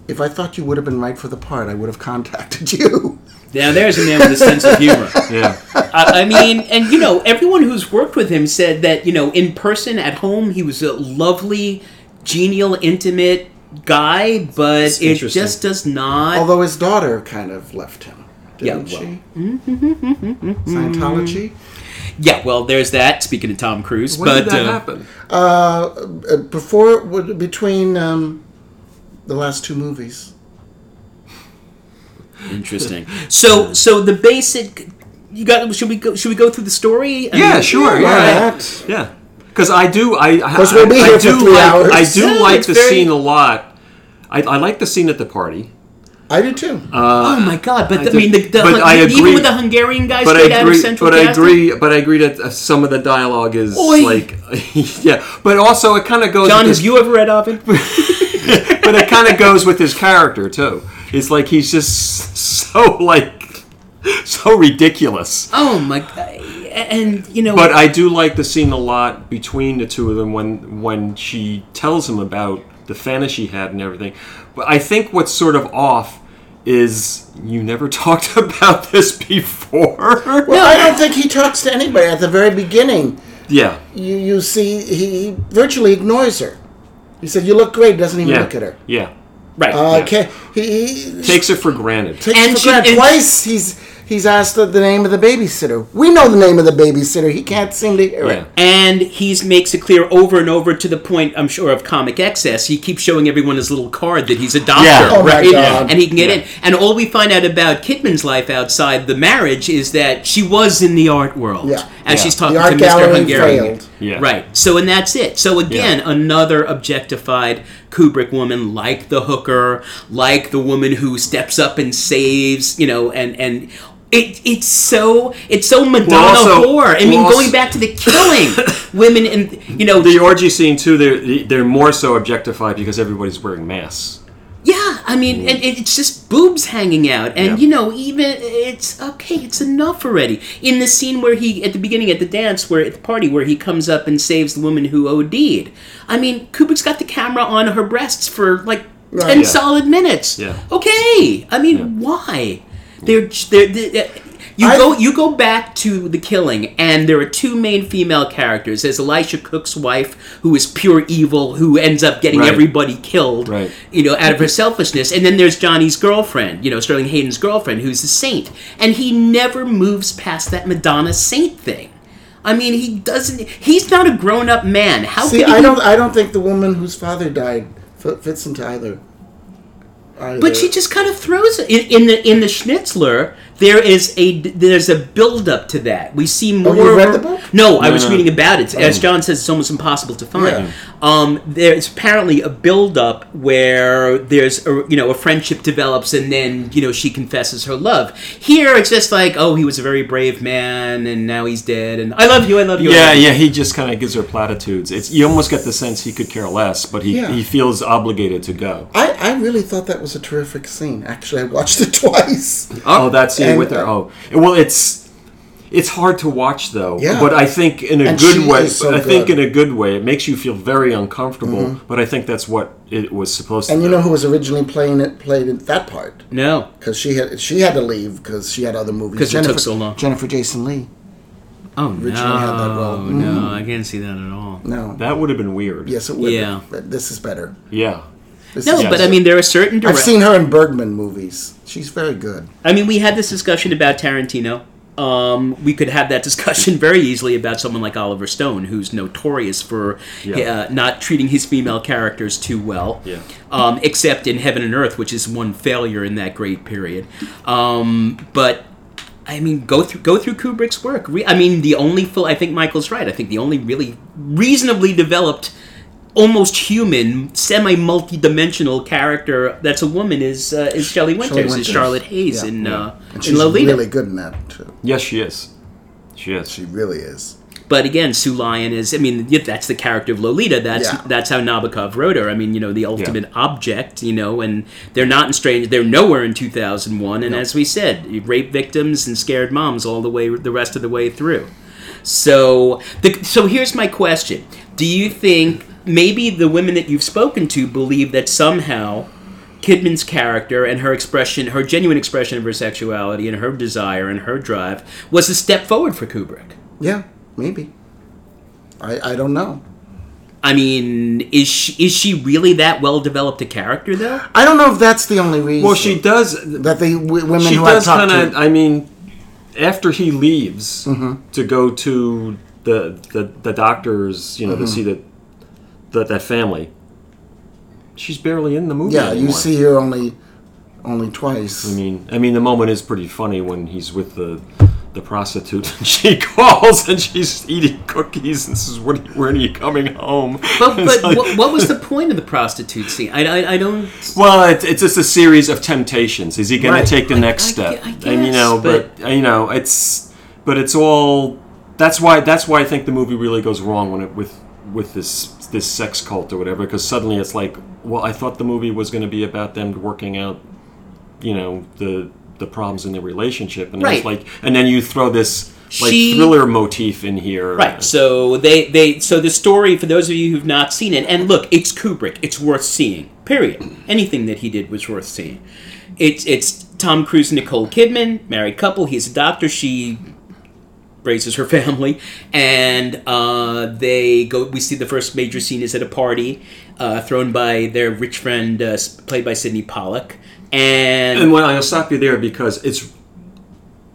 Speaker 4: If I thought you would have been right for the part, I would have [laughs] contacted you.
Speaker 2: Now, there's a man with a sense of humor.
Speaker 3: [laughs] Yeah.
Speaker 2: I, I mean, and you know, everyone who's worked with him said that you know, in person at home, he was a lovely, genial, intimate guy, but it
Speaker 3: interesting. Oh.
Speaker 2: just does not.
Speaker 4: Although his daughter kind of left him, didn't
Speaker 2: Yeah, well.
Speaker 4: she?
Speaker 2: Mm-hmm.
Speaker 4: Scientology.
Speaker 2: yeah, well, there's that. Speaking of Tom Cruise,
Speaker 3: When
Speaker 2: but
Speaker 3: did that
Speaker 2: uh,
Speaker 3: happen?
Speaker 4: Uh, before, w- between um, the last two movies,
Speaker 3: [laughs]
Speaker 2: interesting. So, so the basic. You got? Should we go? Should we go through the story? I
Speaker 3: Yeah,
Speaker 2: mean-
Speaker 3: sure. Yeah,
Speaker 4: why
Speaker 3: yeah.
Speaker 4: not?
Speaker 3: Yeah. Because I do, I, I,
Speaker 4: course, we'll be
Speaker 3: I
Speaker 4: here for
Speaker 3: do
Speaker 4: three
Speaker 3: like,
Speaker 4: hours.
Speaker 3: I do
Speaker 2: Yeah,
Speaker 3: like
Speaker 2: it's
Speaker 3: the
Speaker 2: very-
Speaker 3: scene a lot. I, I like the scene at the party.
Speaker 4: I did too.
Speaker 3: Uh,
Speaker 2: Oh my God! But I,
Speaker 3: do-
Speaker 2: mean, the, the,
Speaker 3: but
Speaker 2: Hun-
Speaker 3: I
Speaker 2: even
Speaker 3: agree-
Speaker 2: with the Hungarian guy
Speaker 3: But I
Speaker 2: straight out of
Speaker 3: agree.
Speaker 2: Central
Speaker 3: But I
Speaker 2: Casting?
Speaker 3: agree. But I agree that uh, some of the dialogue is
Speaker 2: Oi.
Speaker 3: like, [laughs] yeah. But also, it kind of goes.
Speaker 2: John,
Speaker 3: with
Speaker 2: have
Speaker 3: his-
Speaker 2: you ever
Speaker 3: [laughs]
Speaker 2: read Ovid?
Speaker 3: but it kind of goes with his character too. It's like he's just [laughs] so like so ridiculous.
Speaker 2: oh my god! And you know,
Speaker 3: But I do like the scene a lot between the two of them when when she tells him about the fantasy she had and everything. But I think what's sort of off is you never [laughs] talked about this before.
Speaker 4: well, I don't think he talks to anybody at the very beginning.
Speaker 3: [laughs] yeah.
Speaker 4: You you see, he, he virtually ignores her. He said, "You look great." Doesn't even
Speaker 3: Yeah.
Speaker 4: look at her.
Speaker 3: Yeah.
Speaker 2: right?
Speaker 4: Uh, ca- he, he
Speaker 3: Takes it for granted.
Speaker 4: takes
Speaker 2: And
Speaker 4: for
Speaker 2: she-
Speaker 4: granted.
Speaker 2: and-
Speaker 4: twice. He's he's asked the, the name of the babysitter. We know the name of the babysitter. He can't seem to hear
Speaker 3: Yeah.
Speaker 4: it.
Speaker 2: and he makes it clear over and over to the point, I'm sure, of comic excess. He keeps showing everyone his little card that he's a doctor,
Speaker 3: Yeah.
Speaker 4: Oh my
Speaker 2: right?
Speaker 4: God.
Speaker 2: And he can get
Speaker 3: Yeah.
Speaker 2: in. And all we find out about Kidman's life outside the marriage is that she was in the art world,
Speaker 4: Yeah.
Speaker 3: Yeah.
Speaker 2: as she's
Speaker 4: The
Speaker 2: talking
Speaker 4: art
Speaker 2: to Mr.
Speaker 4: gallery
Speaker 2: Hungarian.
Speaker 4: failed.
Speaker 3: Yeah.
Speaker 2: Right. So, and that's it. So, again, another objectified Kubrick woman, like the hooker, like the woman who steps up and saves, you know, and and it it's so it's so Madonna
Speaker 3: also-
Speaker 2: whore. I mean,
Speaker 3: well, also-
Speaker 2: going back to the killing, women and you know,
Speaker 3: The orgy scene too. They're they're more so objectified because everybody's wearing masks.
Speaker 2: yeah. I mean, and it, it's just boobs hanging out, and
Speaker 3: Yeah.
Speaker 2: you know, even it's okay. It's enough already. In the scene where he at the beginning at the dance, where at the party, where he comes up and saves the woman who OD'd. I mean, Kubrick's got the camera on her breasts for like ten
Speaker 4: Yeah.
Speaker 2: solid minutes.
Speaker 3: Yeah.
Speaker 2: Okay. I mean, why? They're j- they're. they're you
Speaker 4: I-
Speaker 2: go you go back to the killing and there are two main female characters there's elisha cook's wife who is pure evil who ends up getting
Speaker 3: Right.
Speaker 2: everybody killed
Speaker 3: Right.
Speaker 2: you know, out of her selfishness. And then there's Johnny's girlfriend, you know, Sterling Hayden's girlfriend, who's a saint. And he never moves past that Madonna saint thing. I mean, he doesn't. He's not a grown up man. How
Speaker 4: See,
Speaker 2: can
Speaker 4: I
Speaker 2: he?
Speaker 4: don't. I don't think the woman whose father died fi- fits into either.
Speaker 2: but she just kind of throws it in, in the in the Schnitzler. there is a there's a build up to that. We see more.
Speaker 4: Oh, you
Speaker 2: of
Speaker 4: read
Speaker 2: a-
Speaker 4: the book?
Speaker 2: No, I was
Speaker 3: no. Oh.
Speaker 2: reading about it. As John says, it's almost impossible to find.
Speaker 4: Yeah.
Speaker 2: Um, there's apparently a build up where there's a, you know a friendship develops and then you know she confesses her love. Here it's just like oh he was a very brave man and now he's dead and I love you I love you. I
Speaker 3: Yeah,
Speaker 2: love you.
Speaker 3: yeah, he just kind of gives her platitudes. It's you almost get the sense he could care less, but he,
Speaker 4: Yeah.
Speaker 3: he feels obligated to go.
Speaker 4: I, I really thought that was a terrific scene. Actually, I watched it [laughs] twice.
Speaker 3: Oh, that scene
Speaker 4: and-
Speaker 3: with her. Oh, well, it's it's hard to watch though.
Speaker 4: Yeah.
Speaker 3: But I think in a
Speaker 4: And she
Speaker 3: good way.
Speaker 4: is so
Speaker 3: I think in
Speaker 4: good. Mm-hmm.
Speaker 3: a good way, it makes you feel very uncomfortable. But I think that's what it was supposed
Speaker 4: And
Speaker 3: to.
Speaker 4: you
Speaker 3: be.
Speaker 4: know who was originally playing it played in that part
Speaker 2: No.
Speaker 4: because she had she had to leave because she had other movies.
Speaker 2: 'Cause it took
Speaker 4: Jennifer-
Speaker 2: so long.
Speaker 4: Jennifer Jason Lee.
Speaker 2: Oh
Speaker 4: Originally had that role.
Speaker 2: no, no, I can't see that at all.
Speaker 4: No.
Speaker 3: that would have been weird.
Speaker 4: yes, it would.
Speaker 2: Yeah.
Speaker 4: But this is better.
Speaker 3: Yeah.
Speaker 4: This
Speaker 2: No,
Speaker 4: is
Speaker 2: but I mean there are certain.
Speaker 4: I've
Speaker 2: direct-
Speaker 4: seen her in Bergman movies. She's very good.
Speaker 2: I mean, we had this discussion about Tarantino. Um, we could have that [laughs] discussion very easily about someone like Oliver Stone, who's notorious for
Speaker 3: Yeah.
Speaker 2: uh, not treating his female characters too well,
Speaker 3: Yeah.
Speaker 2: um, except in Heaven and Earth, which is one failure in that great period. Um, but I mean, go through go through Kubrick's work. Re- I mean, the only full. I think Michael's right. I think the only really reasonably developed, almost human, semi multi-dimensional character that's a woman is uh, is Shelley Winters, is
Speaker 4: Winters.
Speaker 2: Charlotte Hayes
Speaker 4: Yeah.
Speaker 2: in uh,
Speaker 4: And
Speaker 2: in
Speaker 4: she's
Speaker 2: Lolita.
Speaker 4: really good in that too.
Speaker 3: Yes, she is. She is.
Speaker 4: She really is.
Speaker 2: But again, Sue Lyon is. I mean, yeah, that's the character of Lolita. That's
Speaker 4: Yeah.
Speaker 2: that's how Nabokov wrote her. I mean, you know, the ultimate object. You know, and they're not in strange. They're nowhere in two thousand one. And as we said, rape victims and scared moms all the way the rest of the way through. So the so here's my question: Do you think maybe the women that you've spoken to believe that somehow? Kidman's character and her expression, her genuine expression of her sexuality and her desire and her drive was a step forward for Kubrick.
Speaker 4: Yeah, maybe. I I don't know.
Speaker 2: I mean, is she is she really that well developed a character though?
Speaker 4: I don't know if that's the only reason.
Speaker 3: Well, she does.
Speaker 4: that they w- women
Speaker 3: she
Speaker 4: who
Speaker 3: does
Speaker 4: I talked
Speaker 3: kind of.
Speaker 4: to.
Speaker 3: I mean, after he leaves
Speaker 4: Mm-hmm.
Speaker 3: to go to the the, the doctors, you know, to
Speaker 4: Mm-hmm.
Speaker 3: see that that that family. She's barely in the movie.
Speaker 4: Yeah, you
Speaker 3: anymore.
Speaker 4: see her only only twice.
Speaker 3: I mean, I mean, the moment is pretty funny when he's with the the prostitute and she [laughs] calls and she's eating cookies and says, "When, when are you coming home?"
Speaker 2: But
Speaker 3: It's
Speaker 2: but
Speaker 3: like-
Speaker 2: what, what was the point of the prostitute scene? I, I, I don't.
Speaker 3: Well, it's, it's just a series of temptations. Is he going
Speaker 4: Right.
Speaker 3: to take the next
Speaker 2: I-
Speaker 3: step?
Speaker 2: I
Speaker 3: and you
Speaker 2: guess,
Speaker 3: know, but, you know, it's but it's all. That's why that's why I think the movie really goes wrong when it with with this this sex cult or whatever. Because suddenly it's like, well, I thought the movie was going to be about them working out, you know, the the problems in their relationship, and it's
Speaker 2: Right.
Speaker 3: like, and then you throw this like
Speaker 2: She-
Speaker 3: thriller motif in here,
Speaker 2: Right. So they they so the story for those of you who've not seen it, and look, it's Kubrick. It's worth seeing. Period. Anything that he did was worth seeing. It's it's Tom Cruise and Nicole Kidman, married couple. He's a doctor. She raises her [laughs] family, and uh, they go. We see the first major scene is at a party uh, thrown by their rich friend, uh, s- played by Sidney Pollock, and,
Speaker 3: And when I'll stop you there because it's,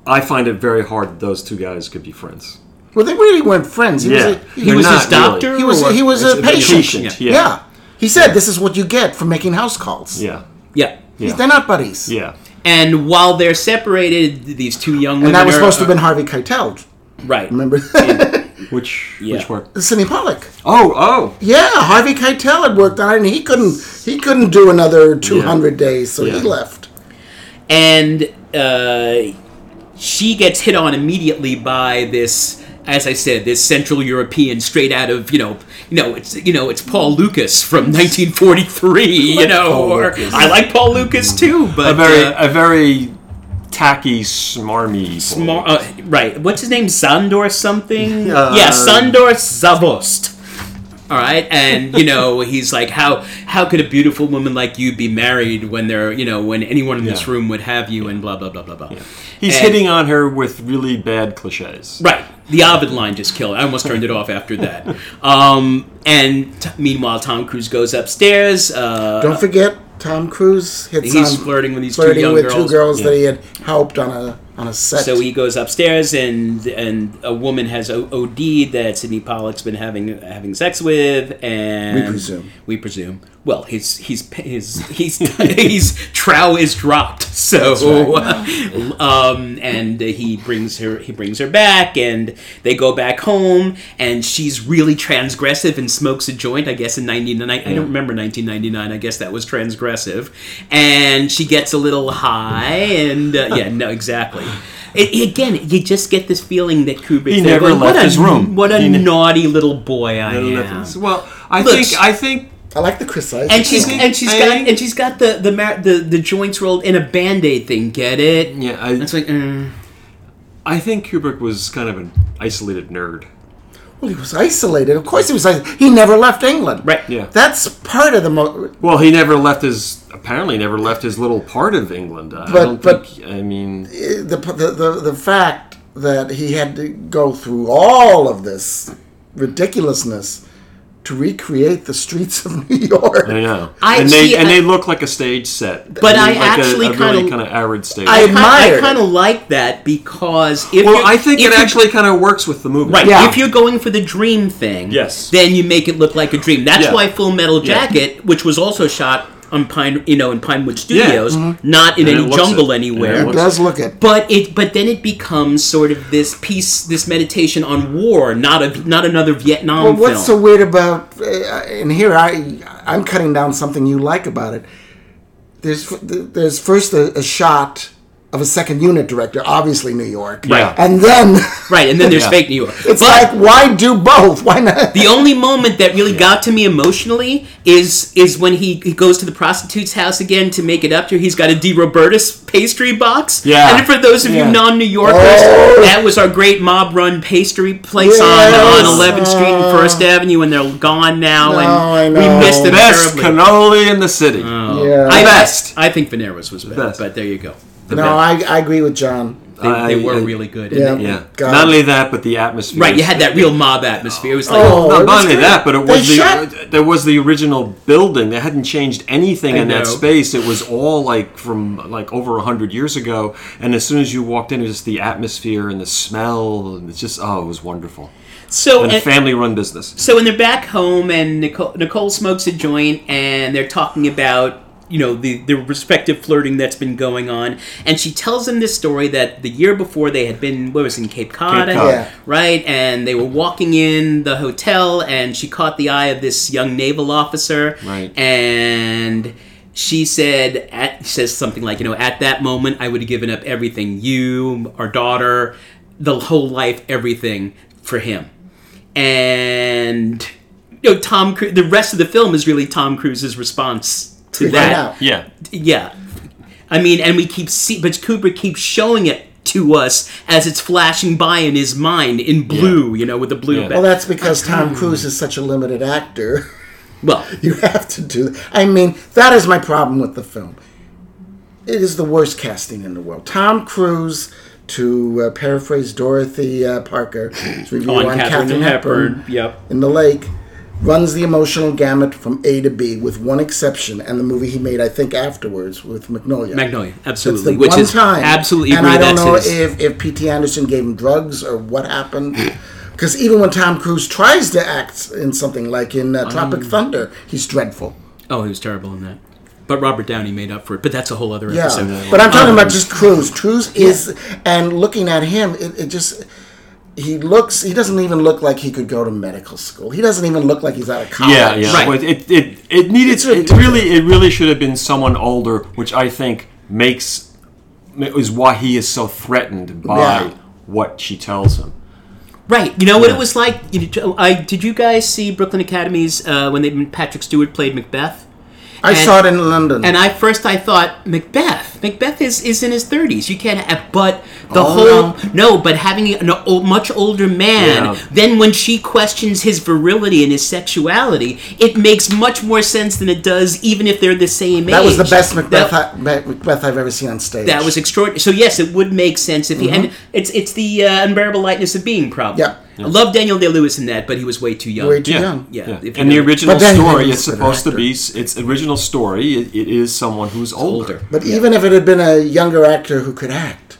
Speaker 3: I find it very hard that those two guys could be friends.
Speaker 4: well, they really weren't friends. He was a, he
Speaker 3: They're
Speaker 4: was,
Speaker 3: not
Speaker 2: his doctor?
Speaker 4: he was a, he was
Speaker 3: It's
Speaker 4: a patient.
Speaker 3: Yeah.
Speaker 4: Yeah.
Speaker 3: yeah.
Speaker 4: He said, "This is what you get for making house calls."
Speaker 3: Yeah.
Speaker 2: yeah.
Speaker 3: Yeah.
Speaker 4: They're not buddies.
Speaker 3: Yeah.
Speaker 2: And while they're separated, these two young women
Speaker 4: And that was
Speaker 2: are-
Speaker 4: supposed to
Speaker 3: uh,
Speaker 4: have been Harvey Keitel.
Speaker 2: been right.
Speaker 4: Remember,
Speaker 3: Which which part?
Speaker 4: [laughs] Sidney Pollock.
Speaker 3: Oh, oh.
Speaker 4: Yeah, Harvey Keitel had worked on it, and he couldn't he couldn't do another two hundred days, so
Speaker 3: Yeah.
Speaker 4: he left.
Speaker 2: and uh, she gets hit on immediately by this as i said this central european straight out of you know you know it's you know it's paul lucas from 1943 you know or i like paul lucas too but
Speaker 3: A very
Speaker 2: uh,
Speaker 3: a very tacky, smarmy.
Speaker 2: Mar- uh, right what's his name sandor
Speaker 3: [laughs]
Speaker 2: something
Speaker 3: Uh,
Speaker 2: yeah sandor zavost all right and you know [laughs] he's like how how could a beautiful woman like you be married when they're you know when anyone in this
Speaker 3: Yeah.
Speaker 2: room would have you and blah blah blah blah blah
Speaker 3: He's
Speaker 2: and-
Speaker 3: hitting on her with really bad cliches.
Speaker 2: Right. The Ovid line just killed. it. I almost turned it off after
Speaker 4: [laughs]
Speaker 2: that. Um, and t- meanwhile, Tom Cruise goes upstairs. Uh,
Speaker 4: Don't forget, Tom Cruise hits
Speaker 2: he's
Speaker 4: on
Speaker 2: flirting with these two
Speaker 4: flirting
Speaker 2: young
Speaker 4: with
Speaker 2: girls.
Speaker 4: two girls that he had helped on a on a set.
Speaker 2: So he goes upstairs, and and a woman has o- OD'd that Sidney Pollock's been having having sex with, and
Speaker 4: We presume.
Speaker 2: we presume. Well, his his his [laughs] he's his trowel is dropped, so [laughs] um, and he brings her he brings her back, and they go back home, and she's really transgressive and smokes a joint. I guess in ninety nine, I don't remember nineteen ninety nine. I guess that was transgressive, and she gets a little high, and uh, yeah, no, exactly. It, again, you just get this feeling that Kubrick
Speaker 3: He
Speaker 2: said,
Speaker 3: never
Speaker 2: "Well, what
Speaker 3: left
Speaker 2: a-
Speaker 3: his room.
Speaker 2: What a
Speaker 3: He ne-
Speaker 2: naughty little boy I am.
Speaker 3: Well, I
Speaker 2: Looks-
Speaker 3: think I think
Speaker 4: I like the criticize.
Speaker 2: And she's and she's got
Speaker 3: Hey.
Speaker 2: and she's got the the ma- the, the joints rolled in a band aid thing. Get it?
Speaker 3: yeah, I,
Speaker 2: It's like mm.
Speaker 3: I think Kubrick was kind of an isolated nerd.
Speaker 4: well, he was isolated. Of course, he was. Isolated. He never left England.
Speaker 2: right.
Speaker 3: Yeah.
Speaker 4: That's part of the. Mo-
Speaker 3: Well, he never left his apparently never left his little part of England. I
Speaker 4: But-
Speaker 3: don't
Speaker 4: but-
Speaker 3: think. I mean,
Speaker 4: the, the the the fact that he had to go through all of this ridiculousness to recreate the streets of [laughs] New York.
Speaker 3: I know.
Speaker 2: I-
Speaker 3: and they
Speaker 2: see,
Speaker 3: and
Speaker 2: I-
Speaker 3: they look like a stage set.
Speaker 2: But I
Speaker 3: mean, like a-
Speaker 2: actually
Speaker 3: a,
Speaker 2: kinda-
Speaker 3: really kind of arid stage.
Speaker 4: I-
Speaker 2: kinda-
Speaker 4: admired
Speaker 2: I
Speaker 4: it.
Speaker 2: kind of like that because if
Speaker 3: well,
Speaker 2: you're-
Speaker 3: I think
Speaker 2: if
Speaker 3: it
Speaker 2: you're-
Speaker 3: actually kind of works with the movie.
Speaker 2: Right.
Speaker 4: Yeah.
Speaker 2: If you're going for the dream thing,
Speaker 3: Yes.
Speaker 2: then you make it look like a dream. That's
Speaker 3: Yeah.
Speaker 2: why Full Metal
Speaker 3: Yeah.
Speaker 2: Jacket, which was also shot on Pine, you know, in Pinewood Studios, not
Speaker 3: And it
Speaker 2: in any
Speaker 3: looks
Speaker 2: jungle
Speaker 3: it.
Speaker 2: anywhere.
Speaker 3: And it
Speaker 4: It does look it.
Speaker 2: but it but then it becomes sort of this piece this meditation on war not a not another vietnam
Speaker 4: Well, what's so
Speaker 2: film
Speaker 4: weird about? Uh, and here I, I'm cutting down something you like about it. There's f- there's first a, a shot of a second unit director, obviously New York,
Speaker 3: Right.
Speaker 4: and then [laughs]
Speaker 2: right and then there's
Speaker 3: Yeah.
Speaker 2: fake new york but
Speaker 4: it's like, why do both? Why not?
Speaker 2: the only moment that really got to me emotionally is is when he, he goes to the prostitute's house again to make it up to her. he's got a d robertus pastry box
Speaker 3: Yeah.
Speaker 2: and for those of
Speaker 3: Yeah.
Speaker 2: you non-new yorkers
Speaker 4: Oh.
Speaker 2: that was our great mob run pastry place
Speaker 4: Yes.
Speaker 2: on, on 11th street and first avenue and they're gone now
Speaker 4: No, I
Speaker 2: and
Speaker 4: know.
Speaker 2: we missed it
Speaker 3: Best
Speaker 2: terribly
Speaker 3: cannoli in the city.
Speaker 4: yeah.
Speaker 2: I,
Speaker 3: Best.
Speaker 2: I, I think Veneras was better,
Speaker 3: Best.
Speaker 2: but there you go.
Speaker 4: no, I, I agree with John.
Speaker 2: They,
Speaker 3: I-
Speaker 2: they were
Speaker 3: I-
Speaker 2: really good.
Speaker 4: Yeah.
Speaker 2: And they-
Speaker 3: Yeah.
Speaker 4: God.
Speaker 3: Not only that, but the atmosphere.
Speaker 2: Right,
Speaker 3: is-
Speaker 2: you had that real mob atmosphere. It was like,
Speaker 4: Oh,
Speaker 3: No,
Speaker 4: it was
Speaker 3: not only
Speaker 4: great.
Speaker 3: that, but it was
Speaker 4: They
Speaker 3: the
Speaker 4: shot-
Speaker 3: there was the original building. They hadn't changed anything
Speaker 2: I
Speaker 3: in that
Speaker 2: know.
Speaker 3: space. It was all like from like over hundred years ago. And as soon as you walked in, it was just the atmosphere and the smell, and it's just oh, it was wonderful.
Speaker 2: so.
Speaker 3: And a
Speaker 2: And,
Speaker 3: family-run business.
Speaker 2: so when they're back home, and Nicole, Nicole smokes a joint, and they're talking about you know the the respective flirting that's been going on, and she tells him this story that the year before they had been what was it, in Cape Cod,
Speaker 3: Cape Cod.
Speaker 4: Yeah.
Speaker 2: right, and they were walking in the hotel, and she caught the eye of this young naval officer,
Speaker 3: Right.
Speaker 2: and she said at, says something like you know at that moment i would have given up everything you our daughter the whole life everything for him and you know tom Cru- the rest of the film is really tom cruise's response to
Speaker 4: Figure it out.
Speaker 2: that
Speaker 3: Yeah,
Speaker 2: yeah i mean and we keep see but kubrick keeps showing it to us as it's flashing by in his mind in blue you know with the blue
Speaker 3: Yeah.
Speaker 2: back-
Speaker 4: Well, that's because Tom Cruise is such a limited actor. [laughs]
Speaker 2: well
Speaker 4: You have to do. I mean, that is my problem with the film. It is the worst casting in the world. Tom Cruise, to uh, paraphrase Dorothy uh, Parker's [clears throat] review
Speaker 2: on,
Speaker 4: on,
Speaker 2: Katharine
Speaker 4: Katharine
Speaker 2: hepburn,
Speaker 4: Hepburn,
Speaker 2: yep
Speaker 4: in the lake, runs the emotional gamut from A to B, with one exception, and the movie he made, I think, afterwards with Magnolia.
Speaker 2: magnolia
Speaker 4: It's
Speaker 2: absolutely
Speaker 4: the
Speaker 2: which
Speaker 4: one
Speaker 2: is
Speaker 4: time.
Speaker 2: absolutely
Speaker 4: and
Speaker 2: agree
Speaker 4: I don't
Speaker 2: that's
Speaker 4: know
Speaker 2: his-
Speaker 4: if if P.T. Anderson gave him drugs or what happened. Because even when Tom Cruise tries to act in something like in uh, Tropic
Speaker 2: Mm.
Speaker 4: Thunder, he's dreadful.
Speaker 2: Oh, he was terrible in that. But Robert Downey made up for it. But that's a whole other
Speaker 4: Yeah,
Speaker 2: episode.
Speaker 4: but I'm
Speaker 2: Um,
Speaker 4: talking about just Cruz. Cruz is, and looking at him, it, it just he looks. He doesn't even look like he could go to medical school. He doesn't even look like he's out of college.
Speaker 3: yeah, yeah.
Speaker 2: Right.
Speaker 3: Well, It, it it needed
Speaker 4: It's
Speaker 3: it really it really should have been someone older, which I think makes is why he is so threatened by
Speaker 4: Yeah.
Speaker 3: what she tells him.
Speaker 2: Right. You know what
Speaker 3: Yeah.
Speaker 2: it was like? You, I, did you guys see Brooklyn Academy's uh, when they, when Patrick Stewart played Macbeth?
Speaker 4: I
Speaker 2: And-
Speaker 4: saw it in London.
Speaker 2: And I first I thought Macbeth. Macbeth is, is in his thirties. You can't. uh, But the
Speaker 4: Oh,
Speaker 2: whole no. But having an old, much older man.
Speaker 3: Yeah.
Speaker 2: Then when she questions his virility and his sexuality, it makes much more sense than it does even if they're the same age.
Speaker 4: that was the best
Speaker 2: That-
Speaker 4: Macbeth, I, Mac- Macbeth I've ever seen on stage.
Speaker 2: That was extraordinary. So yes, it would make sense if he and it's it's the uh, unbearable lightness of being problem.
Speaker 4: Mm-hmm. Yeah.
Speaker 2: I love Daniel Day Lewis in that, but he was way too young.
Speaker 4: Way too-
Speaker 3: Yeah,
Speaker 4: young.
Speaker 2: Yeah, if you
Speaker 3: And the
Speaker 2: don't-
Speaker 3: original
Speaker 4: But then he
Speaker 3: story
Speaker 4: was
Speaker 3: is
Speaker 4: an
Speaker 3: supposed to
Speaker 4: actor.
Speaker 3: be its original story. It, it is someone who's older.
Speaker 2: older.
Speaker 4: but even if it had been a younger actor who could act,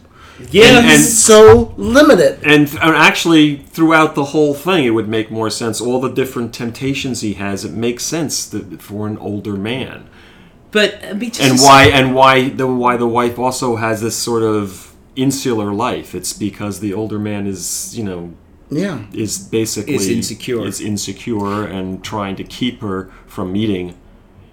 Speaker 2: Yeah.
Speaker 3: And- and-
Speaker 4: so limited.
Speaker 3: and, and actually throughout the whole thing it would make more sense all the different temptations he has it makes sense that, for an older man
Speaker 2: but I mean, just
Speaker 3: and why and why the why the wife also has this sort of insular life it's because the older man is you know
Speaker 4: Yeah.
Speaker 3: is basically
Speaker 2: Is insecure.
Speaker 3: is insecure and trying to keep her from meeting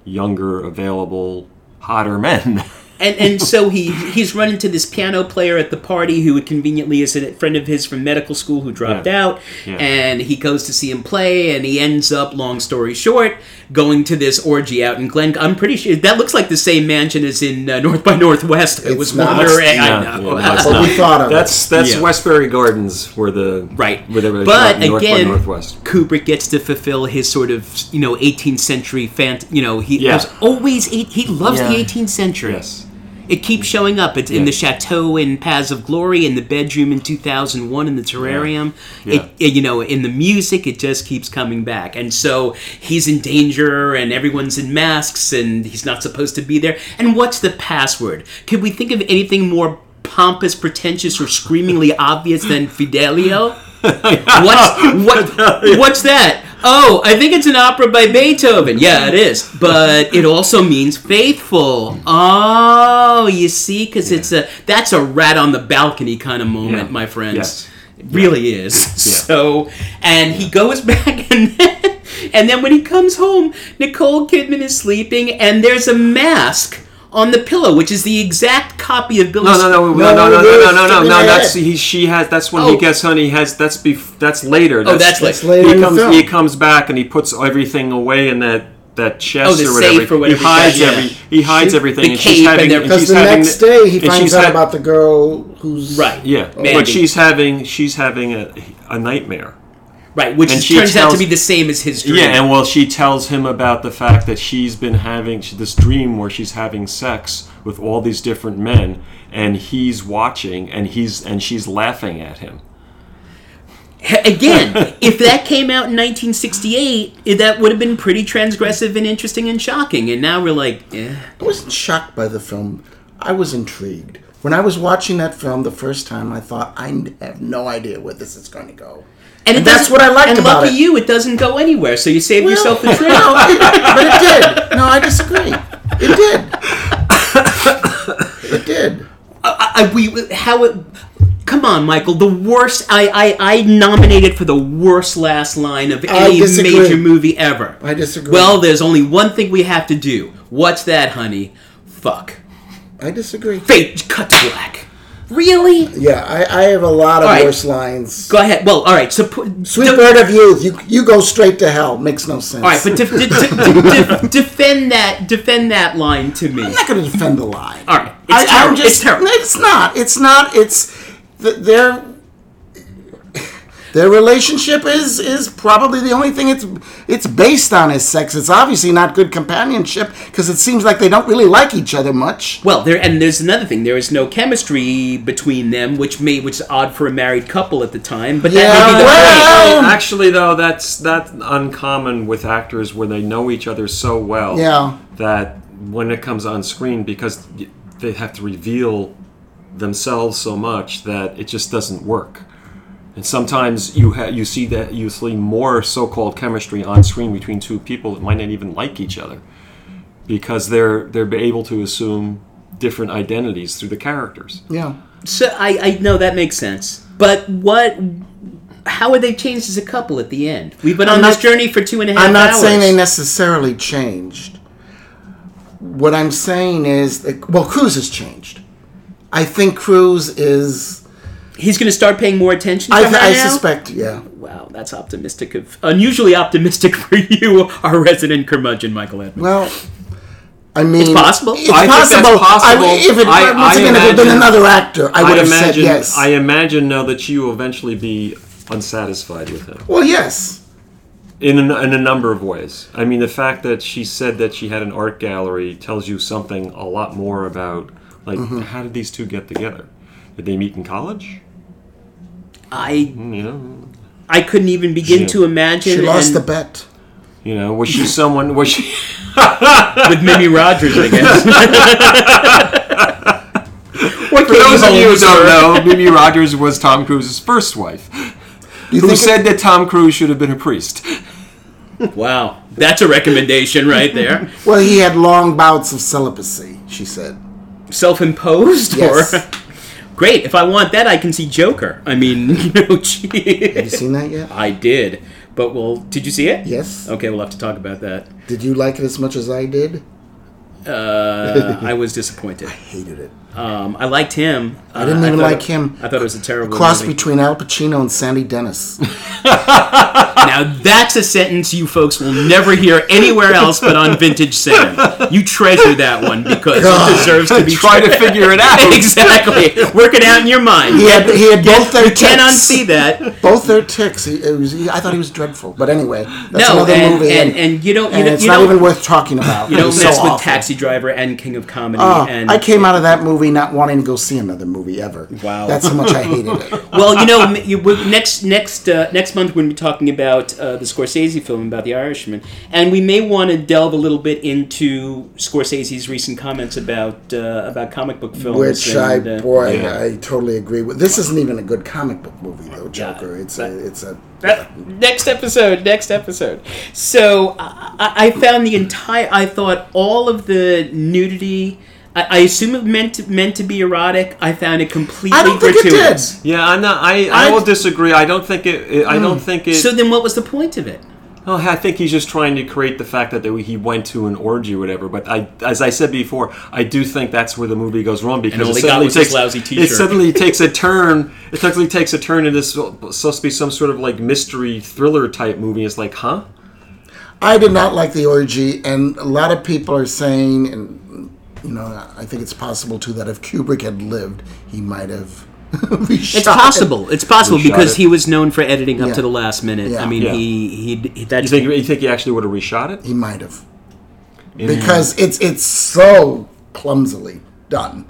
Speaker 3: younger available hotter men [laughs]
Speaker 2: and and so he he's run into this piano player at the party who conveniently is a friend of his from medical school who dropped
Speaker 3: Yeah.
Speaker 2: out
Speaker 3: Yeah.
Speaker 2: and he goes to see him play and he ends up long story short going to this orgy out in Glen I'm pretty sure that looks like the same mansion as in uh, North by Northwest I
Speaker 4: It's
Speaker 2: was
Speaker 4: not.
Speaker 2: wondering
Speaker 3: Yeah,
Speaker 2: I
Speaker 3: yeah,
Speaker 2: know
Speaker 3: no, it's
Speaker 4: But we
Speaker 3: not.
Speaker 4: thought of it.
Speaker 3: that's that's
Speaker 2: Yeah.
Speaker 3: Westbury Gardens where the
Speaker 2: Right,
Speaker 3: where they were
Speaker 2: but
Speaker 3: North
Speaker 2: again,
Speaker 3: by
Speaker 2: [laughs]
Speaker 3: Northwest
Speaker 2: Kubrick gets to fulfill his sort of you know 18th century fan. You know he
Speaker 3: Yeah.
Speaker 2: there's always eight, he loves
Speaker 3: Yeah.
Speaker 2: the 18th century.
Speaker 3: yes
Speaker 2: It keeps showing up. It's in
Speaker 3: Yeah.
Speaker 2: the chateau in Paths of Glory, in the bedroom in 2001, in the terrarium.
Speaker 3: Yeah.
Speaker 2: It, it- you know, in the music, it just keeps coming back. And so he's in danger, and everyone's in masks, and he's not supposed to be there. And what's the password? Could we think of anything more pompous, pretentious, or screamingly obvious
Speaker 3: [laughs]
Speaker 2: than Fidelio? What's what? What's that? Oh, I think it's an opera by Beethoven. Yeah, it is, but it also means faithful. Oh, you see, because it's a that's a rat on the balcony kind of moment,
Speaker 3: Yeah.
Speaker 2: my friends.
Speaker 3: Yes.
Speaker 2: It really is. [laughs] So, and he goes [laughs] back and. Then, and then when he comes home, Nicole Kidman is sleeping, and there's a mask on the pillow, which is the exact copy of Billy.
Speaker 3: No, no, no,
Speaker 4: No,
Speaker 3: no, no, no,
Speaker 4: no,
Speaker 3: no, no,
Speaker 4: no,
Speaker 3: no,
Speaker 4: no,
Speaker 3: no.
Speaker 4: no.
Speaker 3: That's he. She has. That's when
Speaker 2: Oh.
Speaker 3: he gets honey. Has that's bef- That's later.
Speaker 2: Oh,
Speaker 3: That's,
Speaker 2: that's, like
Speaker 4: That's later
Speaker 3: He
Speaker 4: in the
Speaker 3: comes.
Speaker 4: film.
Speaker 3: He comes back and he puts everything away in that that
Speaker 2: Oh,
Speaker 3: chest
Speaker 2: the
Speaker 3: or whatever.
Speaker 2: safe or whatever
Speaker 3: He hides
Speaker 2: yeah.
Speaker 3: every. He hides
Speaker 2: She-
Speaker 3: everything.
Speaker 2: the
Speaker 3: and
Speaker 2: cape
Speaker 3: she's
Speaker 2: and
Speaker 3: having.
Speaker 2: their-
Speaker 3: and
Speaker 4: Because
Speaker 3: she's
Speaker 4: the
Speaker 3: having
Speaker 4: next day he
Speaker 3: and she's
Speaker 4: finds out
Speaker 3: ha-
Speaker 4: about the girl who's
Speaker 2: right.
Speaker 3: Yeah,
Speaker 2: Mandy.
Speaker 3: but she's having. She's having a, a nightmare.
Speaker 2: Right, which
Speaker 3: And
Speaker 2: is-
Speaker 3: she
Speaker 2: turns out to
Speaker 3: tells-
Speaker 2: be the same as his dream.
Speaker 3: Yeah, and well, she tells him about the fact that she's been having she- this dream where she's having sex with all these different men, and he's watching, and he's and she's laughing at him. [laughs]
Speaker 2: Again, if that came out in 1968, it- that would have been pretty transgressive and interesting and shocking. And now we're like, eh.
Speaker 4: I wasn't shocked by the film. I was intrigued. When I was watching that film the first time, I thought, I n- have no idea where this is going to go.
Speaker 2: and it
Speaker 4: And that's
Speaker 2: doesn't-
Speaker 4: what I liked
Speaker 2: And
Speaker 4: about
Speaker 2: lucky
Speaker 4: it.
Speaker 2: you, it doesn't go anywhere. So you save yourself [laughs] the trip.
Speaker 4: No, but it did. No, I disagree. It did. It did.
Speaker 2: I, I- we how it. Come on, Michael. The worst. I, I I nominated for the worst last line of any
Speaker 4: disagree.
Speaker 2: major movie ever.
Speaker 4: I disagree.
Speaker 2: Well, there's only one thing we have to do. What's that, honey? Fuck.
Speaker 4: I disagree.
Speaker 2: Fate cut to black. Really?
Speaker 4: Yeah, I, I have a lot of
Speaker 2: All right.
Speaker 4: worse lines.
Speaker 2: Go ahead. Well, all right. So put-
Speaker 4: Sweet
Speaker 2: the-
Speaker 4: bird of youth, you you go straight to hell. Makes no sense.
Speaker 2: All right, but de- de- de-
Speaker 4: [laughs]
Speaker 2: de- defend that defend that line to me. All
Speaker 4: I'm not going to defend the lie.
Speaker 2: right, it's
Speaker 4: I,
Speaker 2: terrible.
Speaker 4: I'm just,
Speaker 2: it's terrible.
Speaker 4: no, It's not. It's not. It's th- their their relationship is is probably the only thing it's it's based on is sex. It's obviously not good companionship because it seems like they don't really like each other much.
Speaker 2: Well, there and there's another thing. There is no chemistry between them, which may which is odd for a married couple at the time. But that may be
Speaker 4: Yeah,
Speaker 2: the
Speaker 4: well-
Speaker 2: point.
Speaker 4: Um,
Speaker 3: Actually, though, that's that's uncommon with actors where they know each other so well
Speaker 4: Yeah.
Speaker 3: that when it comes on screen, because y- they have to reveal themselves so much that it just doesn't work. And sometimes you ha- you see that you see more so-called chemistry on screen between two people that might not even like each other because they're they're able to assume different identities through the characters.
Speaker 4: Yeah.
Speaker 2: So I I know that makes sense. But what? How are they changed as a couple at the end? We've been on
Speaker 4: I'm
Speaker 2: this
Speaker 4: not-
Speaker 2: journey for two and a half
Speaker 4: I'm not
Speaker 2: hours.
Speaker 4: saying they necessarily changed. What I'm saying is, that, well, Cruz has changed. I think Cruz is.
Speaker 2: He's going to start paying more attention. To
Speaker 4: I,
Speaker 2: her
Speaker 4: I
Speaker 2: now?
Speaker 4: suspect. Yeah.
Speaker 2: Wow, that's optimistic of unusually optimistic [laughs] for you, our resident curmudgeon, Michael Edmonds.
Speaker 4: Well, I mean, it's
Speaker 2: possible.
Speaker 4: It's
Speaker 3: I think that's
Speaker 4: possible.
Speaker 3: possible.
Speaker 4: I, if it
Speaker 3: I-
Speaker 4: once
Speaker 3: I
Speaker 4: again, if it had been
Speaker 3: imagine-
Speaker 4: another actor, I would
Speaker 3: I
Speaker 4: have
Speaker 3: imagine
Speaker 4: said yes.
Speaker 3: I imagine now that you will eventually be unsatisfied with him.
Speaker 4: well, yes.
Speaker 3: in a, in a number of ways. I mean, the fact that she said that she had an art gallery tells you something a lot more about like how did these two get together? Did they meet in college?
Speaker 2: I
Speaker 3: You know,
Speaker 2: I couldn't even begin
Speaker 3: Yeah.
Speaker 2: to imagine.
Speaker 4: She lost
Speaker 2: and-
Speaker 4: the bet.
Speaker 3: you know, was she someone? Was she?
Speaker 4: [laughs]
Speaker 2: with Mimi Rogers, I guess. What
Speaker 3: For
Speaker 2: came
Speaker 3: [laughs] those of you who
Speaker 2: home
Speaker 3: don't know,
Speaker 2: first?
Speaker 3: Mimi Rogers was Tom Cruise's first [laughs] wife, who
Speaker 4: think-
Speaker 3: said that Tom Cruise should have been a priest.
Speaker 2: Wow, that's a recommendation right there.
Speaker 4: [laughs] Well, he had long bouts of celibacy, she said.
Speaker 2: Self-imposed
Speaker 4: Yes.
Speaker 2: or [laughs] great. If I want that, I can see Joker. I mean, [laughs] you know,
Speaker 4: You
Speaker 2: gee.
Speaker 4: seen that yet?
Speaker 2: I did, but well, did you see it?
Speaker 4: Yes.
Speaker 2: Okay, we'll have to talk about that.
Speaker 4: Did you like it as much as I did? [laughs]
Speaker 2: Uh, I was disappointed.
Speaker 4: Hated it.
Speaker 2: Um, I liked him. Uh, I
Speaker 4: didn't even
Speaker 2: thought
Speaker 4: like
Speaker 2: it-
Speaker 4: him.
Speaker 2: I thought it was a terrible
Speaker 4: Cross
Speaker 2: movie.
Speaker 4: between Al Pacino and Sandy Dennis.
Speaker 2: Now that's a sentence you folks will never hear anywhere else but on Vintage Sam. You treasure that one because it deserves to be
Speaker 3: Try to figure it out.
Speaker 2: [laughs] exactly. Work it out in your mind.
Speaker 4: He had, he had both their
Speaker 2: you
Speaker 4: ticks.
Speaker 2: can unsee that.
Speaker 4: Both their ticks. He, it was, he, I thought he was dreadful. But anyway, that's
Speaker 2: No,
Speaker 4: another
Speaker 2: and,
Speaker 4: movie.
Speaker 2: and, and you don't you,
Speaker 4: and
Speaker 2: don't-
Speaker 4: it's
Speaker 2: you
Speaker 4: not
Speaker 2: don't,
Speaker 4: even worth talking about.
Speaker 2: you
Speaker 4: It
Speaker 2: don't
Speaker 4: was
Speaker 2: mess
Speaker 4: so
Speaker 2: with
Speaker 4: awful.
Speaker 2: Taxi Driver and King of Comedy.
Speaker 4: Oh,
Speaker 2: and
Speaker 4: I came out of that movie not wanting to go see another movie ever.
Speaker 2: Wow.
Speaker 4: That's how much I hated it.
Speaker 2: well, you know, m- you, we- next next uh, next month we're going to be talking about uh, the Scorsese film about the Irishman, and we may want to delve a little bit into Scorsese's recent comments about uh, about comic book films.
Speaker 4: Which
Speaker 2: and,
Speaker 4: I,
Speaker 2: uh,
Speaker 4: boy,
Speaker 3: yeah.
Speaker 4: I totally agree with. This isn't even a good comic book movie, though, Joker. It's a, it's a.
Speaker 2: that- next episode, next episode. So I, I I found the entire. I thought all of the nudity. I, I assume it meant to, meant to be erotic. I found it completely
Speaker 4: I don't think it did.
Speaker 2: gratuitous.
Speaker 3: Yeah, I'm not, I I, Hmm.
Speaker 2: I-
Speaker 3: will disagree. I don't think it. it- I don't think it.
Speaker 2: So then, what was the point of it?
Speaker 3: Oh, I think he's just trying to create the fact that they- he went to an orgy or whatever. But I, as I said before, I do think that's where the movie goes wrong because
Speaker 2: all
Speaker 3: it
Speaker 2: they got
Speaker 3: suddenly
Speaker 2: was this
Speaker 3: takes
Speaker 2: lousy
Speaker 3: it
Speaker 2: t-shirt. [laughs]
Speaker 3: suddenly takes a turn. It suddenly takes a turn into this supposed to be some sort of like mystery thriller type movie. It's like, huh?
Speaker 4: I did not like the orgy, and a lot of people are saying, and you know, I think it's possible too that if Kubrick had lived, he might have. [laughs]
Speaker 2: It's possible. It's possible
Speaker 3: We shot
Speaker 2: because
Speaker 3: it.
Speaker 2: he was known for editing up
Speaker 4: Yeah.
Speaker 2: to the last minute.
Speaker 4: Yeah.
Speaker 2: I mean,
Speaker 3: Yeah.
Speaker 2: he he he that's
Speaker 3: You think you think he actually would have reshot it?
Speaker 4: He might have, because it's it's so clumsily done.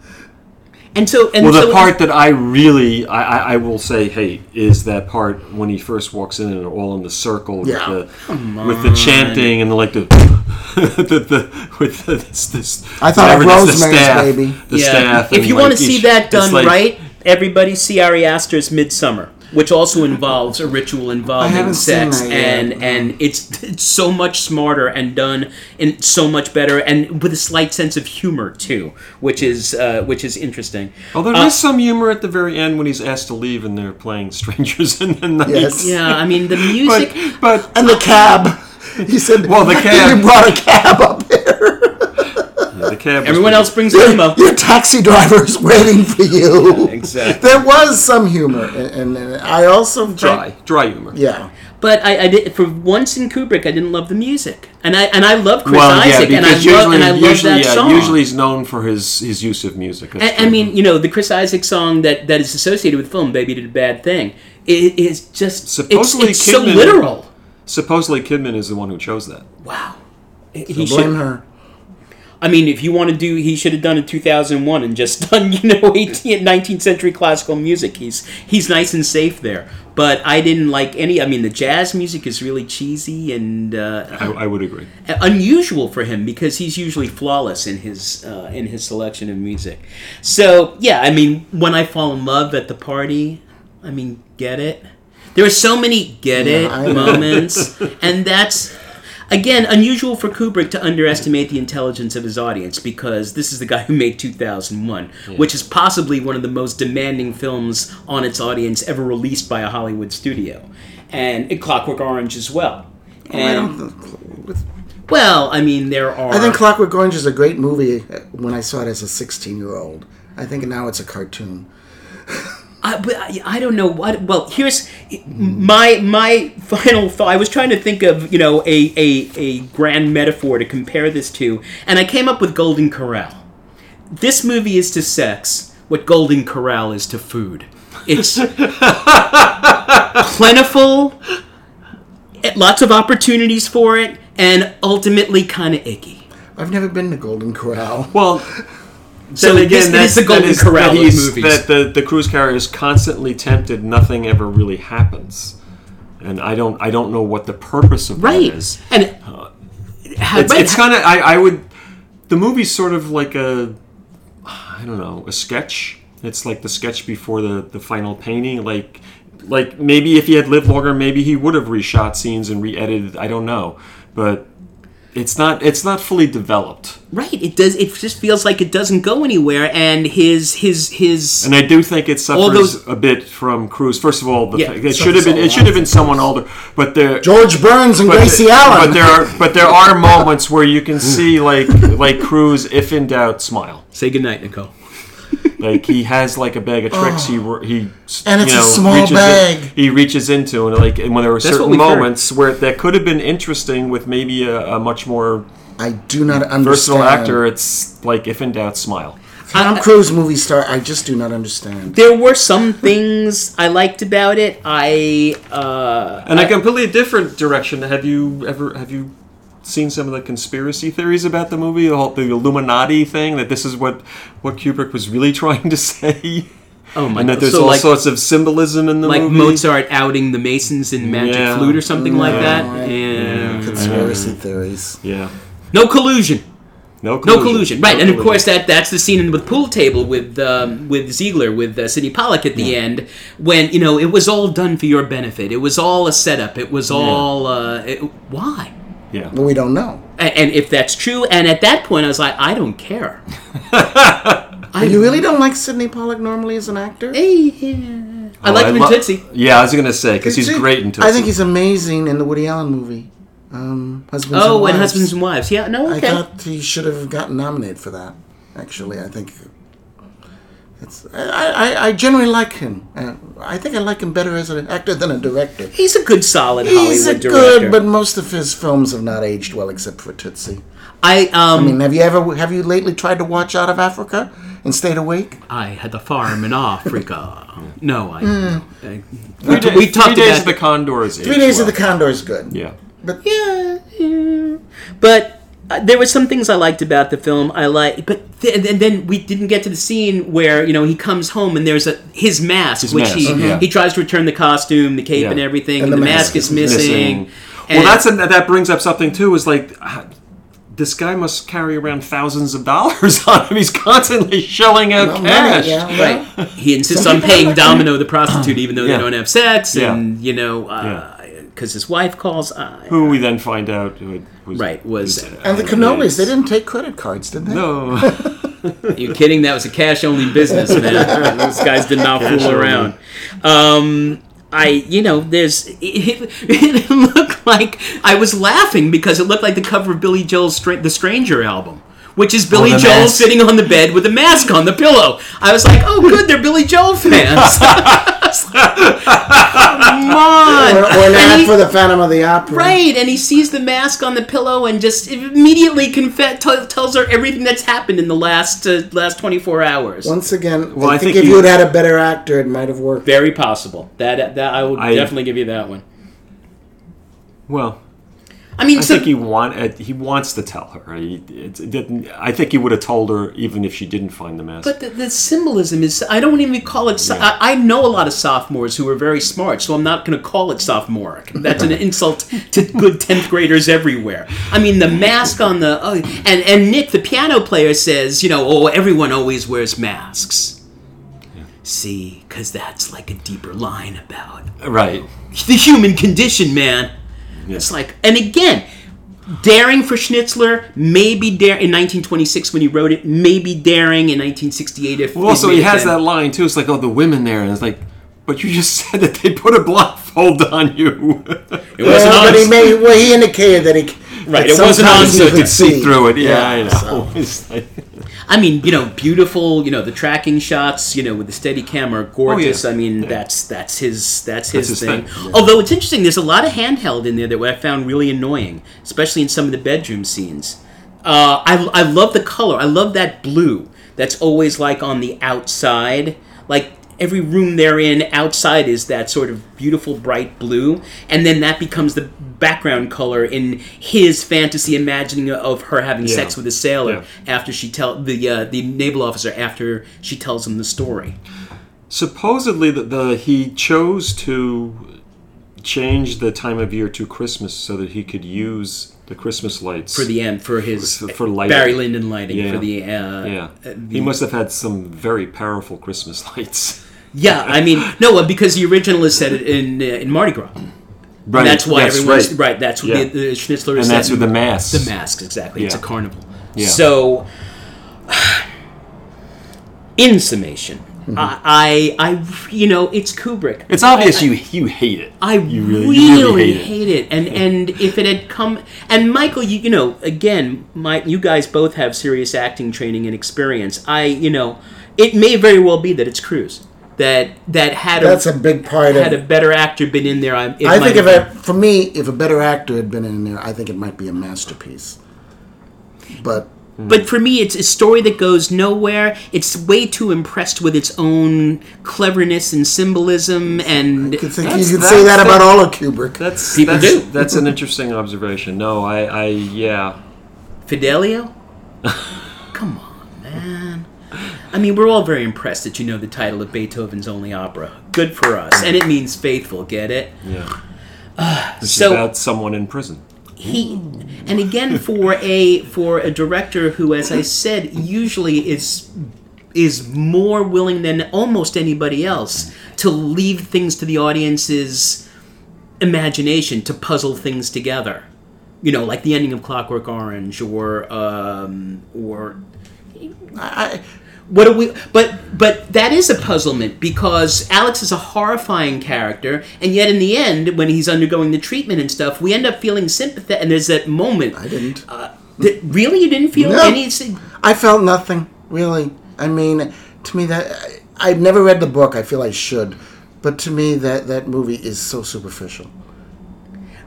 Speaker 2: and so and
Speaker 3: Well,
Speaker 2: so
Speaker 3: the part that I really, I, I, I will say, hey, is that part when he first walks in and they're all in the circle
Speaker 4: Yeah.
Speaker 3: with, the, with the chanting and the like the, [laughs] the, the with the, this, this.
Speaker 4: I thought of
Speaker 3: whatever it is,
Speaker 4: Rosemary's
Speaker 3: the staff,
Speaker 4: Baby.
Speaker 3: The staff.
Speaker 2: If
Speaker 3: and,
Speaker 2: you
Speaker 3: like,
Speaker 2: want to see
Speaker 3: each-
Speaker 2: that
Speaker 3: it's
Speaker 2: done
Speaker 3: like-
Speaker 2: right, everybody see Ari Aster's Midsummer, which also involves a ritual involving
Speaker 4: haven't
Speaker 2: sex,
Speaker 4: seen that yet.
Speaker 2: and and it's, it's so much smarter and done and so much better, and with a slight sense of humor too, which is uh, which is interesting.
Speaker 3: Although there's Oh, some humor at the very end when he's asked to leave and they're playing "Strangers [laughs] in the Night."
Speaker 4: Yes.
Speaker 2: Yeah, I mean the music.
Speaker 3: [laughs] but but
Speaker 4: [laughs] And the cab, [laughs] he said.
Speaker 3: Well, the cab-
Speaker 4: You brought a cab up [laughs] here.
Speaker 3: the cab. was
Speaker 2: everyone
Speaker 3: pretty-
Speaker 2: else brings a limo.
Speaker 4: Your taxi driver's waiting for you.
Speaker 2: Exactly.
Speaker 4: There was some humor, and, and, I also felt-
Speaker 3: dry, dry humor.
Speaker 4: Yeah.
Speaker 2: But I, I did for once in Kubrick, I didn't love the music, and I and I love Chris
Speaker 3: Well, yeah,
Speaker 2: Isaac, and I
Speaker 3: because
Speaker 2: love
Speaker 3: usually,
Speaker 2: and I love
Speaker 3: usually,
Speaker 2: that
Speaker 3: yeah,
Speaker 2: song.
Speaker 3: usually he's known for his his use of music. That's
Speaker 2: I, I
Speaker 3: true.
Speaker 2: mean, you know, the Chris Isaac song that, that is associated with the film "Baby Did a Bad Thing" it is just
Speaker 3: Supposedly
Speaker 2: it's, it's so
Speaker 3: Kidman-
Speaker 2: literal.
Speaker 3: Supposedly, Kidman is the one who chose that.
Speaker 2: Wow.
Speaker 4: Don't
Speaker 2: He
Speaker 4: blame
Speaker 2: should,
Speaker 4: her.
Speaker 2: I mean, if you want to do, he should have done it 2001 and just [laughs] done, you know, 18th, 19th century classical music. He's he's nice and safe there. But I didn't like any. I mean, the jazz music is really cheesy and
Speaker 3: I,
Speaker 2: uh,
Speaker 3: I would agree.
Speaker 2: unusual for him because he's usually flawless in his uh, in his selection of music. So yeah, I mean, when I fall in love at the party, I mean, get it. There are so many get it
Speaker 4: I know. [laughs]
Speaker 2: moments, and that's again unusual for Kubrick to underestimate the intelligence of his audience because this is the guy who made 2001, which is possibly one of the most demanding films on its audience ever released by a Hollywood studio, and Clockwork Orange as well.
Speaker 4: Oh, I
Speaker 2: And-
Speaker 4: don't think- with-
Speaker 2: well, I mean, there are.
Speaker 4: I think Clockwork Orange is a great movie uh, when I saw it as a 16 year old. I think now it's a cartoon.
Speaker 2: I, but I, I don't know what. Well, here's my my final thought. I was trying to think of you know a, a a grand metaphor to compare this to, and I came up with Golden Corral. This movie is to sex what Golden Corral is to food. It's plentiful, eh, lots of opportunities for it, and ultimately kind of icky.
Speaker 4: I've never been to Golden Corral.
Speaker 3: [laughs] Well,
Speaker 2: So
Speaker 3: then again,
Speaker 2: this, it
Speaker 3: that-
Speaker 2: is the Golden
Speaker 3: that is,
Speaker 2: Corral
Speaker 3: that
Speaker 2: of
Speaker 3: he's-
Speaker 2: movies.
Speaker 3: That the, the cruise carrier is constantly tempted. Nothing ever really happens, and I don't I don't know what the purpose of
Speaker 2: right,
Speaker 3: that is.
Speaker 2: and how-
Speaker 3: It's,
Speaker 2: right,
Speaker 3: it's kind of I, I would the movie's sort of like a I don't know a sketch. It's like the sketch before the the final painting. Like like maybe if he had lived longer, maybe he would have reshot scenes and re-edited. I don't know, but it's not it's not fully developed.
Speaker 2: Right. It does. It just feels like it doesn't go anywhere. And his his his.
Speaker 3: And I do think it suffers
Speaker 2: those-
Speaker 3: a bit from Cruz. First of all, the
Speaker 2: Yeah,
Speaker 3: fact- it
Speaker 4: suffers
Speaker 3: should have been
Speaker 4: a
Speaker 3: it
Speaker 4: lot
Speaker 3: should have been
Speaker 4: from
Speaker 3: someone older, but there
Speaker 4: George Burns and Gracie
Speaker 3: the-
Speaker 4: Allen.
Speaker 3: But there are but there are moments where you can see like like Cruz, if in doubt, smile.
Speaker 2: Say goodnight, Nicole.
Speaker 3: Like he has like a bag of tricks. He wor- he s-
Speaker 4: Oh. And it's
Speaker 3: you
Speaker 4: a
Speaker 3: know,
Speaker 4: small
Speaker 3: reaches in-
Speaker 4: bag.
Speaker 3: he reaches into and like and when there were
Speaker 2: what
Speaker 3: certain
Speaker 2: we heard.
Speaker 3: moments where that could have been interesting with maybe a, a much more
Speaker 4: I do not understand.
Speaker 3: versatile actor. It's like if in doubt, smile.
Speaker 4: Tom Cruise movie star. I just do not understand.
Speaker 2: There were some things I liked about it. I uh,
Speaker 3: And a completely different direction. Have you ever have you seen some of the conspiracy theories about the movie? The whole the Illuminati thing that this is what what Kubrick was really [laughs] trying to say.
Speaker 2: oh my
Speaker 3: and that
Speaker 2: god.
Speaker 3: there's
Speaker 2: So
Speaker 3: all
Speaker 2: like
Speaker 3: sorts of symbolism in the
Speaker 2: like
Speaker 3: movie.
Speaker 2: Mozart outing the Masons in Magic
Speaker 3: Yeah.
Speaker 2: Flute or something like
Speaker 3: Yeah.
Speaker 2: that. Yeah.
Speaker 3: Mm.
Speaker 4: Conspiracy theories.
Speaker 3: Yeah.
Speaker 2: No collusion.
Speaker 3: No
Speaker 2: No
Speaker 3: collusion.
Speaker 2: collusion, right? and of course, that that's the scene with pool table with um, with Ziegler with uh, Sidney Pollock at the end when you know it was all done for your benefit. It was all a setup. It was all uh, it, why?
Speaker 3: Yeah.
Speaker 4: Well, we don't know.
Speaker 2: A- And if that's true, and at that point, I was like, I don't care. I
Speaker 4: You really don't like Sidney Pollack normally as an actor?
Speaker 2: I like him in
Speaker 3: lo-
Speaker 2: Tootsie.
Speaker 3: Yeah, I was gonna say because he's
Speaker 4: See,
Speaker 3: great in Tootsie.
Speaker 4: I think he's amazing in the Woody Allen movie, um, Husbands.
Speaker 2: Oh,
Speaker 4: and
Speaker 2: and
Speaker 4: Wives.
Speaker 2: husbands and wives. Yeah, no,
Speaker 4: I
Speaker 2: okay.
Speaker 4: thought he should have gotten nominated for that. Actually, I think it's. I, I, I generally like him. Uh, I think I like him better as an actor than a director.
Speaker 2: He's a good, solid
Speaker 4: He's a
Speaker 2: Hollywood
Speaker 4: good,
Speaker 2: director.
Speaker 4: but most of his films have not aged well, except for Tootsie.
Speaker 2: I um,
Speaker 4: I mean, have you ever have you lately tried to watch Out of Africa and stayed awake?
Speaker 2: I had the farm in Africa. no,
Speaker 4: Hmm.
Speaker 2: I. I-
Speaker 3: three
Speaker 2: we,
Speaker 3: days,
Speaker 2: we talked
Speaker 3: three days
Speaker 2: about
Speaker 3: of the Condors.
Speaker 4: Three Days of the Condor is good.
Speaker 3: Yeah.
Speaker 4: But
Speaker 2: yeah, yeah. But uh, there were some things I liked about the film. I like, but th- and then we didn't get to the scene where you know he comes home and there's a his mask, which
Speaker 3: mask,
Speaker 2: he
Speaker 3: yeah.
Speaker 2: he tries to return the costume, the cape,
Speaker 3: Yeah.
Speaker 2: and everything, and, the, mask, is missing.
Speaker 3: Well,
Speaker 2: And-
Speaker 3: that's a, that brings up something too. Is like uh, this guy must carry around thousands of dollars [laughs] on him. He's constantly shelling out
Speaker 4: Well, money,
Speaker 3: cash.
Speaker 4: yeah, yeah.
Speaker 2: right. He insists on paying Domino the prostitute, even though
Speaker 3: Yeah.
Speaker 2: they don't have sex,
Speaker 3: Yeah.
Speaker 2: and you know, because his wife calls. Uh,
Speaker 3: Who we then find out who it was uh,
Speaker 2: Right, was-
Speaker 4: And
Speaker 3: [laughs]
Speaker 4: the cannolis, they didn't take credit cards, did they?
Speaker 3: No.
Speaker 2: Are you kidding? That was a cash only business, man. [laughs] Those guys did not fool around. Um, I, you know, there's. [laughs] It, it looked like I was laughing because it looked like the cover of Billy Joel's Stra- The Stranger album. Which is Billy
Speaker 3: the
Speaker 2: Joel
Speaker 3: mask.
Speaker 2: sitting on Oh, the bed with a mask on the pillow. I was like, "Oh, good, they're Billy Joel [laughs] fans." I was like, Come on,
Speaker 4: Or, or
Speaker 2: And
Speaker 4: not
Speaker 2: he-
Speaker 4: for the Phantom of the Opera.
Speaker 2: Right, and he sees the mask on the pillow and just immediately confe- t- tells her everything that's happened in the last uh, last 24 hours.
Speaker 4: Once again,
Speaker 3: Well,
Speaker 4: I,
Speaker 3: I
Speaker 4: think,
Speaker 3: think
Speaker 4: if
Speaker 3: you-
Speaker 4: you had had a better actor, it might have worked.
Speaker 2: Very possible. That that I will
Speaker 3: I-
Speaker 2: definitely give you that one.
Speaker 3: [laughs] well.
Speaker 2: I mean,
Speaker 3: I
Speaker 2: so,
Speaker 3: think he want uh, he wants to tell her. He, it, it didn't, I think he would have told her even if she didn't find the mask.
Speaker 2: but the, the symbolism is I don't even call it. So- I, I know a lot of sophomores who are very smart, so I'm not going to call it sophomoric. That's an insult to good 10th graders everywhere. I mean, the mask on the oh, and and Nick, the piano player, says, you know, oh, everyone always wears masks. See, because that's like a deeper line about
Speaker 3: right.
Speaker 2: the human condition, man. It's like, and again, daring for Schnitzler, maybe dare in 1926 when he wrote it, maybe daring in 1968 if.
Speaker 3: Well, also
Speaker 2: it
Speaker 3: he
Speaker 2: made
Speaker 3: has
Speaker 2: sense.
Speaker 3: that line too. It's like, oh, the women there, and it's like, but you just [laughs] said that they put a blindfold on you. [laughs]
Speaker 2: It wasn't
Speaker 4: Well, but he
Speaker 2: honest.
Speaker 4: made, well, he indicated that he.
Speaker 2: Right,
Speaker 4: that
Speaker 2: it wasn't
Speaker 4: sometimes
Speaker 2: on,
Speaker 4: you
Speaker 2: so it
Speaker 4: could
Speaker 2: could
Speaker 3: see through it. Yeah, I know.
Speaker 4: so-
Speaker 3: [laughs] It's like-
Speaker 2: I mean, you know, beautiful. You know, the tracking shots. You know, with the steady
Speaker 3: Oh,
Speaker 2: camera, gorgeous. I mean, that's that's his that's his
Speaker 3: his
Speaker 2: thing.
Speaker 3: thing, yeah.
Speaker 2: Although it's interesting, there's a lot of handheld in there that I found really annoying, especially in some of the bedroom scenes. Uh, I I love the color. I love that blue that's always like on the outside, like. Every room they're in outside is that sort of beautiful bright blue, and then that becomes the background color in his fantasy imagining of her having
Speaker 3: Yeah.
Speaker 2: sex with a sailor
Speaker 3: Yeah.
Speaker 2: after she tell the uh, the naval officer after she tells him the story.
Speaker 3: Supposedly, the, the he chose to change the time of year to Christmas so that he could use the Christmas lights
Speaker 2: for the end for his
Speaker 3: For- for lighting.
Speaker 2: Barry Lyndon lighting
Speaker 3: Yeah.
Speaker 2: for the uh,
Speaker 3: Yeah,
Speaker 2: uh,
Speaker 3: he must have had some very powerful Christmas [laughs] lights.
Speaker 2: yeah. I mean, no, uh, because the originalists said it in uh, in Mardi Gras.
Speaker 3: Right,
Speaker 2: That's why everyone's right.
Speaker 3: right.
Speaker 2: that's what
Speaker 3: Yeah.
Speaker 2: the, the Schnitzler is.
Speaker 3: and that's with the mass.
Speaker 2: The masks, exactly. It's a
Speaker 3: Yeah.
Speaker 2: carnival.
Speaker 3: Yeah.
Speaker 2: So, [sighs] in summation,
Speaker 3: Mm-hmm.
Speaker 2: I, I, I, you know, it's Kubrick.
Speaker 3: It's obvious
Speaker 2: I-
Speaker 3: you you hate it.
Speaker 2: I
Speaker 3: you
Speaker 2: really,
Speaker 3: really, you really hate it.
Speaker 2: hate, it. And and if it had come and Michael, you you know, again, my you guys both have serious acting training and experience. I you know, it may very well be that it's Cruz that that had
Speaker 4: That's
Speaker 2: a,
Speaker 4: a big part
Speaker 2: had a
Speaker 4: of.
Speaker 2: better actor been in there. I, it
Speaker 4: I
Speaker 2: might
Speaker 4: think if
Speaker 2: have
Speaker 4: it, for me, if a better actor had been in there, I think it might be a masterpiece. But
Speaker 2: But for me, it's a story that goes nowhere. It's way too impressed with its own cleverness and symbolism, and
Speaker 4: you could, think,
Speaker 3: That's-
Speaker 4: you could say that
Speaker 3: that's-
Speaker 4: about all of Kubrick.
Speaker 3: That's
Speaker 2: People
Speaker 3: that's,
Speaker 2: do.
Speaker 3: that's an interesting observation. No, I, I yeah.
Speaker 2: [laughs] Fidelio. Come on, man. I mean, we're all very impressed that you know the title of Beethoven's only opera. Good for us, and it means faithful. Get it?
Speaker 3: Yeah.
Speaker 4: Uh,
Speaker 3: This
Speaker 2: so-
Speaker 3: is about someone in prison.
Speaker 2: he and again for a for a director who as i said usually is is more willing than almost anybody else to leave things to the audience's imagination to puzzle things together you know like the ending of clockwork orange or um or
Speaker 4: I,
Speaker 2: what do we but but that is a puzzlement because alex is a horrifying character and yet in the end when he's undergoing the treatment and stuff we end up feeling sympathy and there's that moment
Speaker 4: I didn't.
Speaker 2: uh, that really you didn't feel
Speaker 4: No.
Speaker 2: any sy-
Speaker 4: I felt nothing really. I mean, to me that I, I've never read the book. I feel I should, but to me that that movie is so superficial.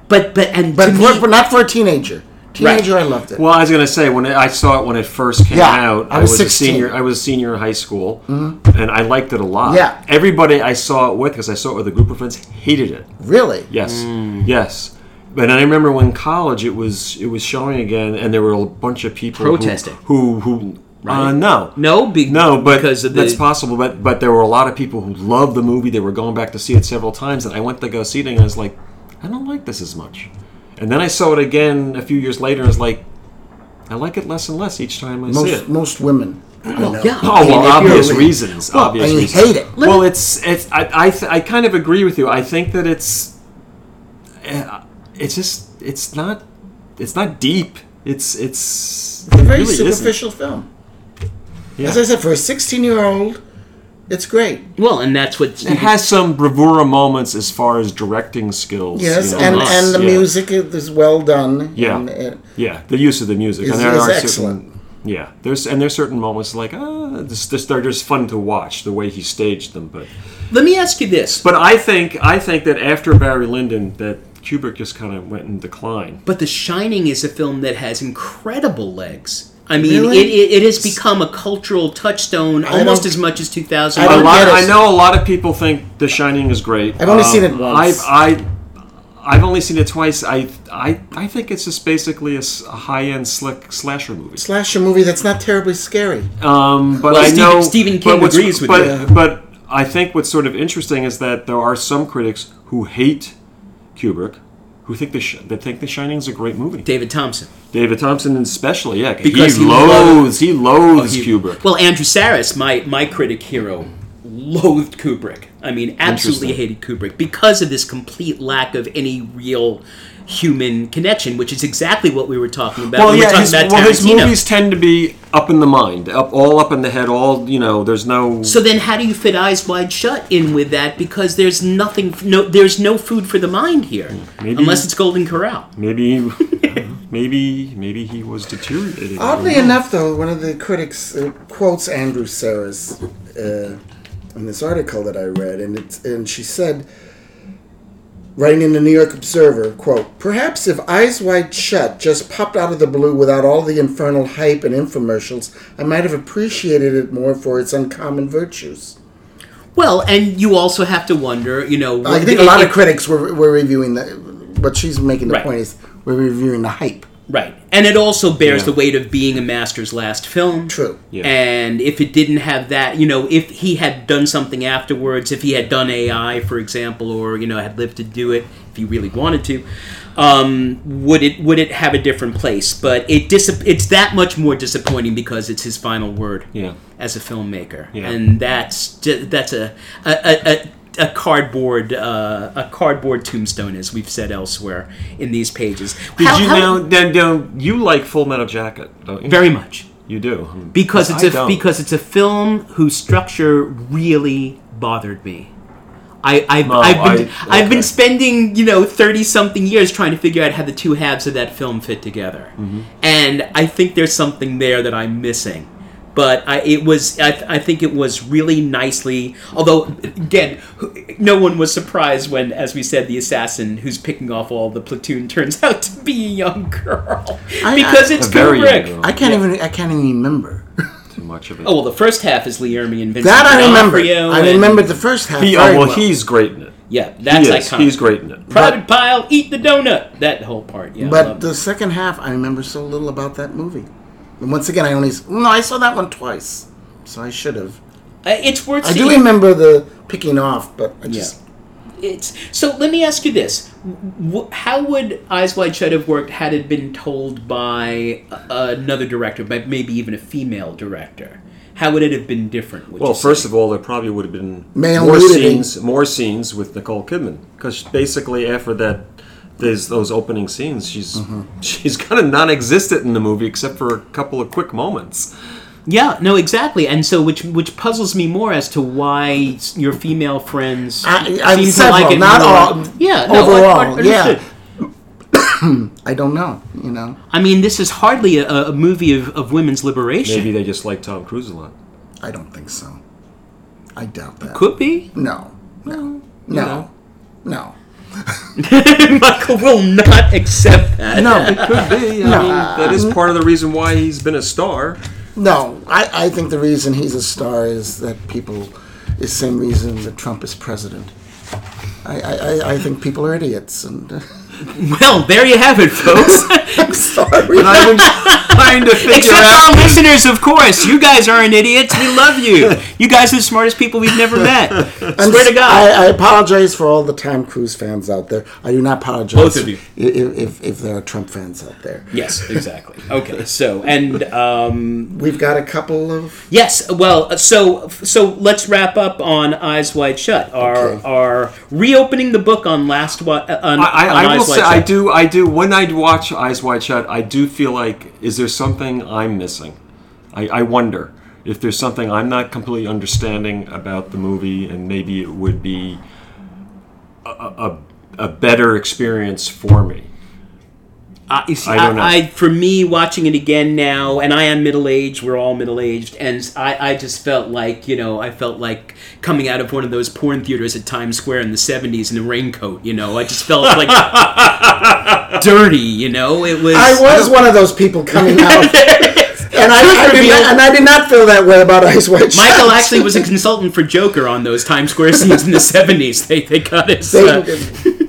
Speaker 2: but but and
Speaker 4: But
Speaker 2: to
Speaker 4: for,
Speaker 2: me-
Speaker 4: but not for a teenager. Teenager, I loved it.
Speaker 3: Well, I was gonna say when it, I saw it when it first came
Speaker 4: Yeah,
Speaker 3: out,
Speaker 4: I was
Speaker 3: a
Speaker 4: 16.
Speaker 3: senior. I was a senior in high school, and I liked it a lot.
Speaker 4: Yeah.
Speaker 3: everybody I saw it with, because I saw it with a group of friends, hated it.
Speaker 4: really?
Speaker 3: Yes,
Speaker 2: Mm.
Speaker 3: yes. But I remember when college, it was it was showing again, and there were a bunch of people who-
Speaker 2: Protesting.
Speaker 3: Who who, uh, no
Speaker 2: no be,
Speaker 3: no, but
Speaker 2: because of the
Speaker 3: that's possible. But but there were a lot of people who loved the movie. They were going back to see it several times, and I went to go see it, and I was like, I don't like this as much. And then I saw it again a few years later, and I was like, I like it less and less each time I see
Speaker 4: Most
Speaker 3: it.
Speaker 4: most women. I know.
Speaker 2: yeah.
Speaker 3: Oh,
Speaker 2: I mean,
Speaker 3: well,
Speaker 2: if you're
Speaker 3: obvious
Speaker 2: a-
Speaker 3: reasons. obvious
Speaker 4: I
Speaker 3: reasons.
Speaker 4: hate it.
Speaker 3: Well, it's it's. I I, th- I kind of agree with you. I think that it's. eh, It's just it's not it's not deep. It's it's
Speaker 4: It's a
Speaker 3: it
Speaker 4: very
Speaker 3: really isn't.
Speaker 4: superficial film.
Speaker 3: Yeah.
Speaker 4: As I said, for a 16 year old, it's great.
Speaker 2: well and that's what
Speaker 3: It has some bravura moments as far as directing skills. you
Speaker 4: Yes,
Speaker 3: know,
Speaker 4: and,
Speaker 3: us,
Speaker 4: and the
Speaker 3: yeah.
Speaker 4: music is well done.
Speaker 3: Yeah.
Speaker 4: And, uh,
Speaker 3: Yeah, the use of the music.
Speaker 4: Is-
Speaker 3: and there
Speaker 4: is
Speaker 3: are
Speaker 4: excellent.
Speaker 3: Certain, yeah, there's and there's certain moments like ah, this, this, they're just fun to watch the way he staged them. But
Speaker 2: let me ask you this
Speaker 3: but I think I think that after Barry Lyndon, that Kubrick just kind of went in decline.
Speaker 2: but the shining is a film that has incredible legs I mean,
Speaker 4: Really?
Speaker 2: it, it, it has become a cultural touchstone almost
Speaker 4: don't-
Speaker 2: as much as 2000.
Speaker 4: I
Speaker 3: A
Speaker 4: don't
Speaker 3: lot,
Speaker 4: get it.
Speaker 3: I know a lot of people think The Shining is great. Um,
Speaker 4: I've only seen it once.
Speaker 3: I've, I, I've only seen it twice. I, I, I think it's just basically a, s- a high-end slick slasher movie.
Speaker 4: Slasher movie that's not terribly scary.
Speaker 3: Um, but
Speaker 2: Well,
Speaker 3: I
Speaker 2: Stephen-
Speaker 3: know
Speaker 2: Stephen
Speaker 3: but
Speaker 2: King
Speaker 3: what's-
Speaker 2: agrees with
Speaker 3: but,
Speaker 4: you.
Speaker 3: But I think what's sort of interesting is that there are some critics who hate Kubrick, who think the sh- that think The Shining is a great movie.
Speaker 2: David Thompson.
Speaker 3: David Thompson, especially, yeah,
Speaker 2: Because he
Speaker 3: he loathes he loathes
Speaker 2: He-
Speaker 3: Kubrick.
Speaker 2: Well, Andrew Saris, my my critic hero, loathed Kubrick. I mean, absolutely hated Kubrick because of this complete lack of any real human connection, which is exactly what we were talking about.
Speaker 3: Well,
Speaker 2: when we were
Speaker 3: yeah,
Speaker 2: talking
Speaker 3: his,
Speaker 2: about
Speaker 3: well, his
Speaker 2: Tarantino.
Speaker 3: movies tend to be up in the mind, up all up in the head. All you know, there's no.
Speaker 2: So then, how do you fit Eyes Wide Shut in with that? Because there's nothing, no, there's no food for the mind here,
Speaker 3: Hmm, Maybe-
Speaker 2: unless it's Golden Corral.
Speaker 3: Maybe, maybe, maybe he was deteriorating.
Speaker 4: Oddly enough, though, one of the critics uh, quotes Andrew Saris uh, in this article that I read, and it's, and she said, writing in the New York Observer, quote, "Perhaps if Eyes Wide Shut just popped out of the blue without all the infernal hype and infomercials, I might have appreciated it more for its uncommon virtues."
Speaker 2: Well, and you also have to wonder, you know,
Speaker 4: I
Speaker 2: what-
Speaker 4: think a lot
Speaker 2: it-
Speaker 4: of critics were, were reviewing that. What she's making the
Speaker 2: Right.
Speaker 4: point is, we're reviewing the hype.
Speaker 2: Right. And it also bears
Speaker 3: Yeah.
Speaker 2: the weight of being a master's last film.
Speaker 4: True.
Speaker 3: Yeah.
Speaker 2: And if it didn't have that, you know, if he had done something afterwards, if he had done AI, for example, or, you know, had lived to do it, if he really wanted to, um, would it would it have a different place? But it dis- it's that much more disappointing because it's his final word
Speaker 3: Yeah.
Speaker 2: as a filmmaker,
Speaker 3: Yeah.
Speaker 2: and that's ju- that's a a, a, a a cardboard uh, a cardboard tombstone, as we've said elsewhere in these pages.
Speaker 3: Did
Speaker 2: How-
Speaker 3: you
Speaker 2: how-
Speaker 3: know? Then, then you like Full Metal Jacket, don't you?
Speaker 2: Very much
Speaker 3: You do.
Speaker 2: because it's
Speaker 3: I
Speaker 2: a
Speaker 3: don't.
Speaker 2: because it's a film whose structure really bothered me. I, I've,
Speaker 3: No,
Speaker 2: I've been
Speaker 3: I-
Speaker 2: I, have
Speaker 3: okay.
Speaker 2: been spending you know thirty something years trying to figure out how the two halves of that film fit together,
Speaker 3: Mm-hmm.
Speaker 2: and I think there's something there that I'm missing. But I, it was I, I think it was really nicely. Although again, who- no one was surprised when, as we said, the assassin who's picking off all the platoon [laughs] turns out to be a young girl
Speaker 4: I-
Speaker 2: because it's
Speaker 3: A very young
Speaker 2: Kubrick.
Speaker 3: girl.
Speaker 4: I can't even. I can't even remember.
Speaker 3: Too much of it.
Speaker 2: Oh well, the first half is Lee Ermey and Vincent
Speaker 4: That I remember.
Speaker 2: D'Onofrio
Speaker 4: I
Speaker 2: and-
Speaker 4: remembered the first half.
Speaker 3: he, oh,
Speaker 4: very
Speaker 3: well,
Speaker 4: well.
Speaker 3: he's great in it.
Speaker 2: Yeah, that's
Speaker 3: he is.
Speaker 2: iconic.
Speaker 3: He's great in it.
Speaker 2: Private Pile, eat the donut. That whole part. Yeah, I
Speaker 4: But
Speaker 2: love
Speaker 4: the
Speaker 2: it.
Speaker 4: second half, I remember so little about that movie. And once again, I only s- no, I saw that one twice, so I should have.
Speaker 2: Uh, it's worth.
Speaker 4: I
Speaker 2: seeing.
Speaker 4: do remember the picking off, but I
Speaker 2: Yeah.
Speaker 4: just
Speaker 2: It's so. Let me ask you this: Wh- How would Eyes Wide Shut have worked had it been told by a- another director, but maybe even a female director? How would it have been different? would
Speaker 3: Well,
Speaker 2: you say?
Speaker 3: first of all, there probably would have been
Speaker 4: Male
Speaker 3: more
Speaker 4: nudity.
Speaker 3: scenes, more scenes with Nicole Kidman, because basically after that, there's those opening scenes. She's she's kind of non-existent in the movie except for a couple of quick moments.
Speaker 2: yeah, no, exactly. And so, which which puzzles me more as to why s- your female friends
Speaker 4: I, I
Speaker 2: seem to
Speaker 4: several,
Speaker 2: like it
Speaker 4: not
Speaker 2: more.
Speaker 4: all.
Speaker 2: Yeah, no, I- I
Speaker 4: overall,
Speaker 2: understood.
Speaker 4: yeah. I don't know. You know,
Speaker 2: I mean, this is hardly a, a movie of, of women's liberation.
Speaker 3: Maybe they just like Tom Cruise a lot.
Speaker 4: I don't think so. I doubt that.
Speaker 2: Could be. [laughs]
Speaker 4: No, no, no, no.
Speaker 2: Michael will not accept that.
Speaker 4: No,
Speaker 3: Could be. I
Speaker 4: No.
Speaker 3: mean, that is part of the reason why he's been a star.
Speaker 4: no. I, I think the reason he's a star is that people, is same reason that Trump is president. I, I, I- I think people are idiots, and uh,
Speaker 2: Well, there you have it, [laughs] folks.
Speaker 4: sorry.
Speaker 3: And I've been [laughs] trying to figure
Speaker 2: Except
Speaker 3: out.
Speaker 2: our listeners, of course. You guys aren't idiots. We love you. [laughs] You guys are the smartest people we've never met. Swear to God.
Speaker 4: I, I apologize for all the Tom Cruise fans out there. I do not apologize.
Speaker 2: Both of you.
Speaker 4: If, if, if there are Trump fans out there.
Speaker 2: Yes, exactly. Okay, so and um,
Speaker 4: We've got a couple of.
Speaker 2: yes, well, so so let's wrap up on Eyes Wide Shut. Our
Speaker 4: Okay.
Speaker 2: our reopening the book on last Wi- uh, on,
Speaker 3: I,
Speaker 2: on
Speaker 3: I, I
Speaker 2: Eyes
Speaker 3: will
Speaker 2: Wide
Speaker 3: say I
Speaker 2: Shut.
Speaker 3: do I do when I watch Eyes Wide Shut I do feel like is there something I'm missing? I, I wonder if there's something I'm not completely understanding about the movie and maybe it would be a, a, a better experience for me.
Speaker 2: I, you see,
Speaker 3: I don't know.
Speaker 2: I, I- for me, watching it again now, and I am middle aged. We're all middle aged, and I, I just felt like you know, I felt like coming out of one of those porn theaters at Times Square in the '70s in a raincoat. You know, I just felt like
Speaker 4: [laughs]
Speaker 2: dirty. You know, it was.
Speaker 4: I was one of those people [laughs] coming out. and, I, I did
Speaker 2: Reveal.
Speaker 4: not, and I did not feel that way about Ice White Shot.
Speaker 2: Michael
Speaker 4: [laughs]
Speaker 2: actually was a consultant for Joker on those Times Square scenes in the '70s. They they got it,
Speaker 4: They-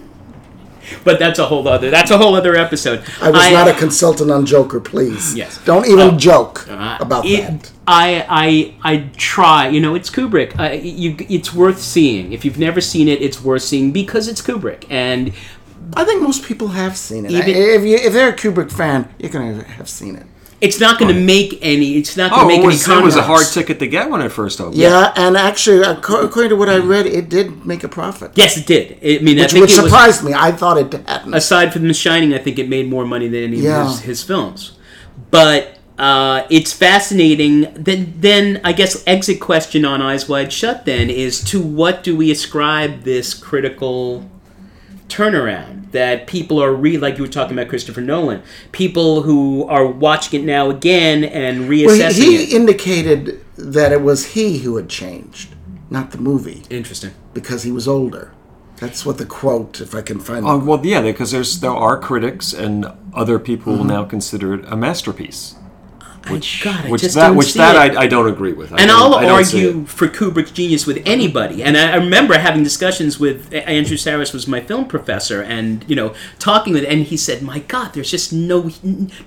Speaker 2: but that's a whole other that's a whole other episode. uh,
Speaker 4: I uh, Oh. was not a consultant on Joker, please.
Speaker 2: Yes.
Speaker 4: Don't even joke about
Speaker 2: Uh, it,
Speaker 4: that.
Speaker 2: I, I I try. You know, it's Kubrick. I, you, it's worth seeing. If you've never seen it, it's worth seeing because it's Kubrick. And
Speaker 4: I think most people have seen it.
Speaker 2: Even-
Speaker 4: if, you, if they're a Kubrick fan, you're going to have seen it.
Speaker 2: it's not going to make any. It's not going to
Speaker 3: Oh,
Speaker 2: make
Speaker 3: it was,
Speaker 2: any.
Speaker 3: it was a hard
Speaker 2: converts.
Speaker 3: ticket to get when it first opened.
Speaker 4: Yeah, and actually, acco- according to what I read, it did make a profit.
Speaker 2: Yes, it did. I mean, I
Speaker 4: Which,
Speaker 2: think
Speaker 4: which
Speaker 2: it was,
Speaker 4: surprised me. I thought it hadn't.
Speaker 2: aside from The Shining, I think it made more money than any
Speaker 4: Yeah.
Speaker 2: of his, his films. But uh, it's fascinating. Then, then I guess exit question on Eyes Wide Shut then is to what do we ascribe this critical turnaround that people are re like you were talking about Christopher Nolan, people who are watching it now again and reassessing
Speaker 4: Well, he,
Speaker 2: it.
Speaker 4: he indicated that it was he who had changed, not the movie,
Speaker 2: Interesting.
Speaker 4: because he was older. That's what the quote, if I can find
Speaker 3: Uh,
Speaker 4: it.
Speaker 3: well, yeah, because there's there are critics and other people
Speaker 2: Mm-hmm.
Speaker 3: now consider it a masterpiece. Which,
Speaker 2: God, I
Speaker 3: which
Speaker 2: just
Speaker 3: that
Speaker 2: don't
Speaker 3: which
Speaker 2: see
Speaker 3: that
Speaker 2: it.
Speaker 3: I, I don't agree with. I
Speaker 2: and
Speaker 3: don't-
Speaker 2: I'll
Speaker 3: I don't see it.
Speaker 2: argue for Kubrick's genius with anybody. And I, I remember having discussions with A- Andrew Saris, was my film professor, and you know, talking with, and he said, "My God, there's just no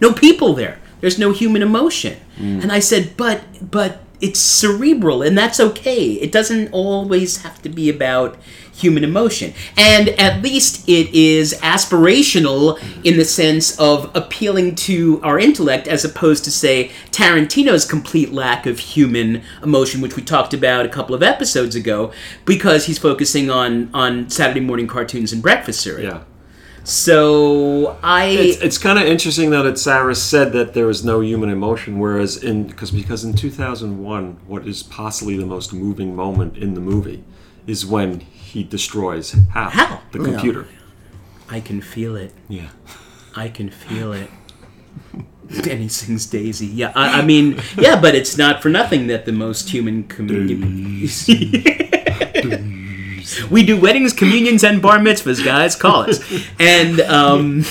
Speaker 2: no people there. There's no human emotion."
Speaker 3: Mm.
Speaker 2: And I said, "But but." It's cerebral, and that's okay. It doesn't always have to be about human emotion. And at least it is aspirational in the sense of appealing to our intellect as opposed to, say, Tarantino's complete lack of human emotion, which we talked about a couple of episodes ago, because he's focusing on, on Saturday morning cartoons and breakfast cereal.
Speaker 3: Yeah.
Speaker 2: So I.
Speaker 3: It's, it's kind of interesting that it's Cyrus said that there is no human emotion, whereas in because because in 2001, what is possibly the most moving moment in the movie is when he destroys Hal,
Speaker 2: Hal.
Speaker 3: the computer.
Speaker 2: I can feel it.
Speaker 3: Yeah.
Speaker 2: I can feel it. [laughs] And he sings Daisy. Yeah, I, I [laughs] mean, yeah, but it's not for nothing that the most human communion. [laughs] we do weddings, communions, and bar mitzvahs, guys. Call us. And um,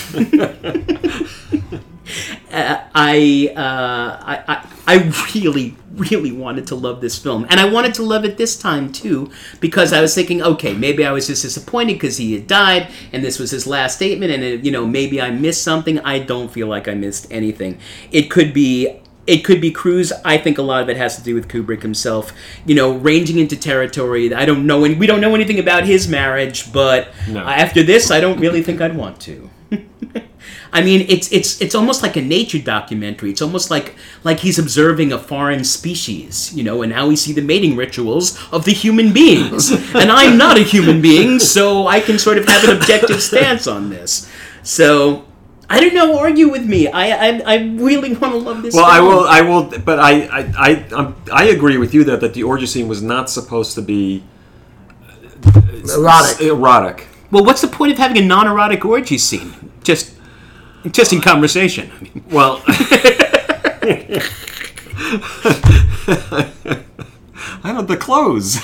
Speaker 2: uh, I, uh, I, I, I really, really wanted to love this film, and I wanted to love it this time too, because I was thinking, okay, maybe I was just disappointed because he had died, and this was his last statement, and it, you know, maybe I missed something. I don't feel like I missed anything. It could be. It could be Cruise. I think a lot of it has to do with Kubrick himself, you know, ranging into territory. that I don't know, and we don't know anything about his marriage, but
Speaker 3: No.
Speaker 2: after this, I don't really think I'd want to. [laughs] I mean, it's it's it's almost like a nature documentary. It's almost like like he's observing a foreign species, you know, and now we see the mating rituals of the human [laughs] beings. and I'm not a human being, so I can sort of have an objective stance on this. So I don't know. Argue with me. I I, I really want to love this.
Speaker 3: Well, I
Speaker 2: film.
Speaker 3: will. I will. But I, I, I, i I agree with you that that the orgy scene was not supposed to be
Speaker 4: Erotic.
Speaker 3: Erotic.
Speaker 2: Well, what's the point of having a non-erotic orgy scene? Just just in conversation. I mean, [laughs]
Speaker 3: Well, [laughs] I don't. The clothes.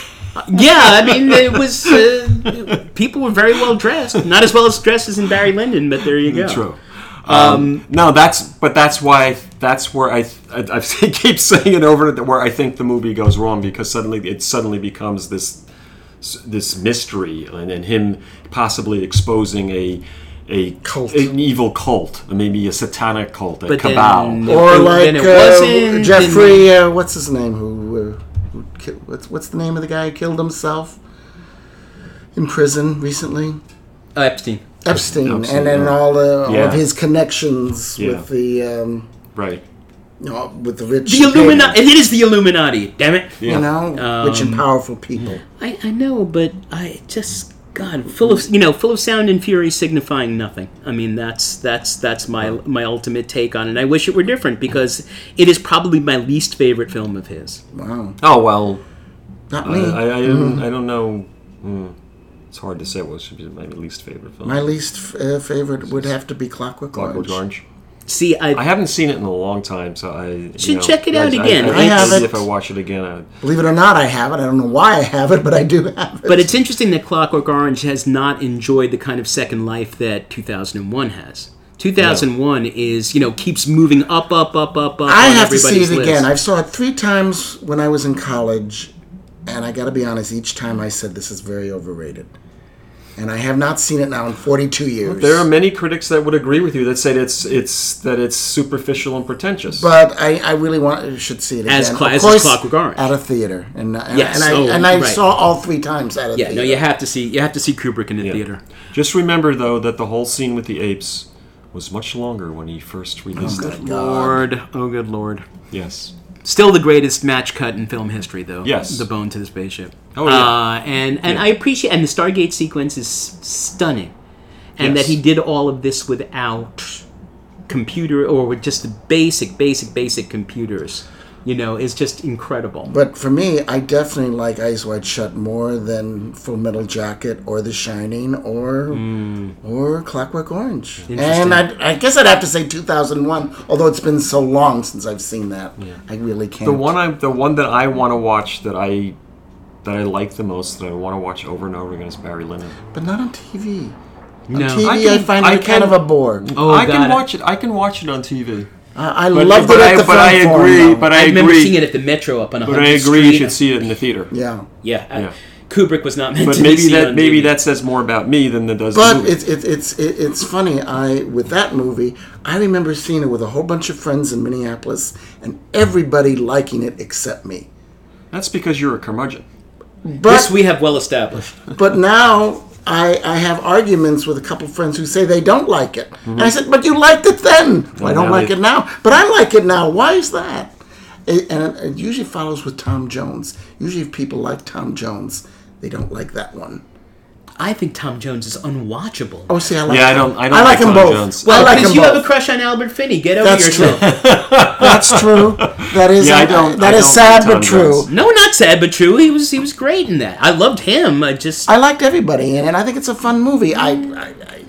Speaker 2: yeah, [laughs] I mean, it was uh, people were very well dressed. Not as well as dressed as in Barry Lyndon, but there you go.
Speaker 3: True. Um, no, that's but that's why that's where I I, [laughs] I keep saying it over where I think the movie goes wrong because suddenly it suddenly becomes this this mystery and, and him possibly exposing a a
Speaker 4: Cult.
Speaker 3: an evil cult, maybe a satanic cult, a
Speaker 2: But then-
Speaker 3: cabal.
Speaker 4: Or
Speaker 2: Then
Speaker 4: like
Speaker 2: it
Speaker 4: uh,
Speaker 2: wasn't,
Speaker 4: Jeffrey, uh, what's his name? Who, uh, who ki- what's what's the name of the guy who killed himself in prison recently?
Speaker 2: Uh, Epstein.
Speaker 4: Epstein,
Speaker 3: Epstein,
Speaker 4: and then
Speaker 3: yeah.
Speaker 4: all the all
Speaker 3: Yeah.
Speaker 4: of his connections
Speaker 3: Yeah.
Speaker 4: with the um,
Speaker 3: right.
Speaker 4: you know, with the rich,
Speaker 2: The Illuminati. Um, It is the Illuminati. Damn it.
Speaker 3: Yeah.
Speaker 4: you know, rich and powerful people.
Speaker 2: I, I know, but I just God full of you know full of sound and fury, signifying nothing. I mean that's that's that's my my ultimate take on it. I wish it were different because it is probably my least favorite film of his.
Speaker 4: Wow,
Speaker 3: Oh well,
Speaker 4: not
Speaker 3: I
Speaker 4: me.
Speaker 3: I, I, don't, I don't know. Mm. It's hard to say what should be my least favorite film.
Speaker 4: My least f- uh, favorite would have to be Clockwork,
Speaker 3: Clockwork
Speaker 4: Orange.
Speaker 3: Orange.
Speaker 2: See, I,
Speaker 3: I haven't seen it in a long time, so I you
Speaker 2: Should
Speaker 3: know,
Speaker 2: check it out
Speaker 3: I- I-
Speaker 2: again.
Speaker 3: I,
Speaker 2: I
Speaker 3: think
Speaker 4: have
Speaker 3: maybe
Speaker 4: it.
Speaker 3: If I watch it again, I,
Speaker 4: Believe it or not, I have it. I don't know why I have it, but I do have it.
Speaker 2: but it's interesting that Clockwork Orange has not enjoyed the kind of second life that 2001 has. 2001 is you know keeps moving up up up up up.
Speaker 4: I
Speaker 2: on
Speaker 4: have to see it
Speaker 2: everybody's list.
Speaker 4: again. I saw it three times when I was in college, and I got to be honest, each time I said this is very overrated. And I have not seen it now in 42 years.
Speaker 3: There are many critics that would agree with you that say it's it's that it's superficial and pretentious.
Speaker 4: but I, I really want should see it again.
Speaker 2: As cla-
Speaker 4: Of
Speaker 2: as is
Speaker 4: course,
Speaker 2: Clockwork Orange.
Speaker 4: at a theater, and and,
Speaker 2: Yes,
Speaker 4: and I
Speaker 2: oh,
Speaker 4: and I
Speaker 2: right.
Speaker 4: saw all three times at a
Speaker 2: yeah,
Speaker 4: theater.
Speaker 2: no, you have to see you have to see Kubrick in the theater.
Speaker 3: Just remember though that the whole scene with the apes was much longer when he first released
Speaker 4: good
Speaker 3: it.
Speaker 2: Lord, oh good lord.
Speaker 3: Yes.
Speaker 2: Still the greatest match cut in film history, though.
Speaker 3: Yes.
Speaker 2: the bone to the spaceship.
Speaker 3: Oh, yeah.
Speaker 2: Uh, and and I appreciate and the Stargate sequence is stunning, and
Speaker 3: Yes.
Speaker 2: that he did all of this without computer or with just the basic, basic, basic computers. You know, is just incredible.
Speaker 4: But for me, I definitely like Eyes Wide Shut more than Full Metal Jacket or The Shining or
Speaker 3: Hmm.
Speaker 4: or Clockwork Orange. And I, I guess I'd have to say 2001, although it's been so long since I've seen that. I really can't.
Speaker 3: The one I the one that I want to watch that I that I like the most that I want to watch over and over again is Barry Lyndon.
Speaker 4: but not on TV.
Speaker 2: no,
Speaker 4: TV, I,
Speaker 3: I can-
Speaker 4: find it
Speaker 3: I
Speaker 4: kind
Speaker 3: can-
Speaker 4: of a bore.
Speaker 2: Oh,
Speaker 3: I
Speaker 2: God.
Speaker 3: can watch it. I can watch it on TV.
Speaker 4: I, I
Speaker 3: But,
Speaker 4: love
Speaker 3: but
Speaker 4: that
Speaker 3: I,
Speaker 4: at the
Speaker 3: but I
Speaker 4: front forum,
Speaker 3: agree.
Speaker 4: though.
Speaker 3: But I,
Speaker 2: I remember seeing
Speaker 3: agree.
Speaker 2: it at the Metro up on
Speaker 3: But
Speaker 2: 100th
Speaker 3: I agree. You
Speaker 2: Street.
Speaker 3: should see it in the theater.
Speaker 4: yeah.
Speaker 2: yeah, I-
Speaker 3: Yeah.
Speaker 2: Kubrick was not meant
Speaker 3: But
Speaker 2: to be
Speaker 3: maybe
Speaker 2: seen
Speaker 3: that
Speaker 2: on
Speaker 3: maybe
Speaker 2: DVD.
Speaker 3: that says more about me than that does the
Speaker 4: But
Speaker 3: movie.
Speaker 4: it's it's it's it- it's funny. I with that movie, I remember seeing it with a whole bunch of friends in Minneapolis, and everybody liking it except me.
Speaker 3: That's because you're a curmudgeon.
Speaker 2: this we have well established.
Speaker 4: But now I, I have arguments with a couple friends who say they don't like it. And I said, but you liked it then. Well, I
Speaker 3: now
Speaker 4: don't like
Speaker 3: they-
Speaker 4: it now, but I like it now. Why is that? It, and it, it usually follows with Tom Jones. Usually, if people like Tom Jones, they don't like that one.
Speaker 2: I think Tom Jones is unwatchable.
Speaker 4: Oh, see, I like
Speaker 3: Yeah, I
Speaker 4: them.
Speaker 3: don't- I don't like
Speaker 4: like, them
Speaker 3: Tom
Speaker 4: both.
Speaker 3: Jones.
Speaker 4: Well,
Speaker 2: Well,
Speaker 4: I like
Speaker 2: because
Speaker 4: them
Speaker 2: you
Speaker 4: both.
Speaker 2: have a crush on Albert Finney. Get over
Speaker 4: That's
Speaker 2: yourself.
Speaker 4: true. That's true. That
Speaker 3: [laughs]
Speaker 4: is
Speaker 3: Yeah, I don't-
Speaker 4: that
Speaker 3: I
Speaker 4: is
Speaker 3: don't
Speaker 4: sad
Speaker 3: like Tom
Speaker 4: but true.
Speaker 3: Jones.
Speaker 2: No, not sad but true. He was he was great in that. I loved him. I just
Speaker 4: I liked everybody in it. I think it's a fun movie. I, I, I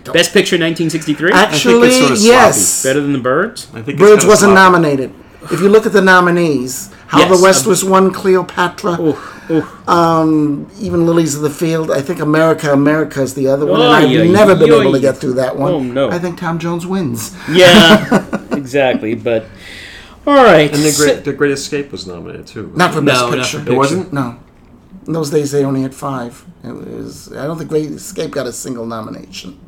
Speaker 4: don't
Speaker 2: best picture 1963.
Speaker 4: actually
Speaker 3: sort of sloppy.
Speaker 4: yes.
Speaker 2: Better than the birds.
Speaker 3: I [laughs] think it's
Speaker 4: Birds
Speaker 3: kinda
Speaker 4: wasn't
Speaker 3: sloppy.
Speaker 4: nominated. If you look at the nominees, How
Speaker 2: Yes,
Speaker 4: the West
Speaker 2: um, Oh.
Speaker 4: was one, Cleopatra, even Lilies of the Field. I think America, America is the other one, and I've
Speaker 2: Oy, oy,
Speaker 4: never been able to
Speaker 2: oy.
Speaker 4: get through that one.
Speaker 2: Oh, no.
Speaker 4: I think Tom Jones wins.
Speaker 3: [laughs]
Speaker 2: Yeah, exactly. But all right.
Speaker 3: And the great, the Great Escape was nominated too.
Speaker 4: Not for Best
Speaker 2: No, not for
Speaker 4: Picture.
Speaker 3: it wasn't.
Speaker 4: No. In those days, they only had five. It was. I don't think Great Escape got a single nomination.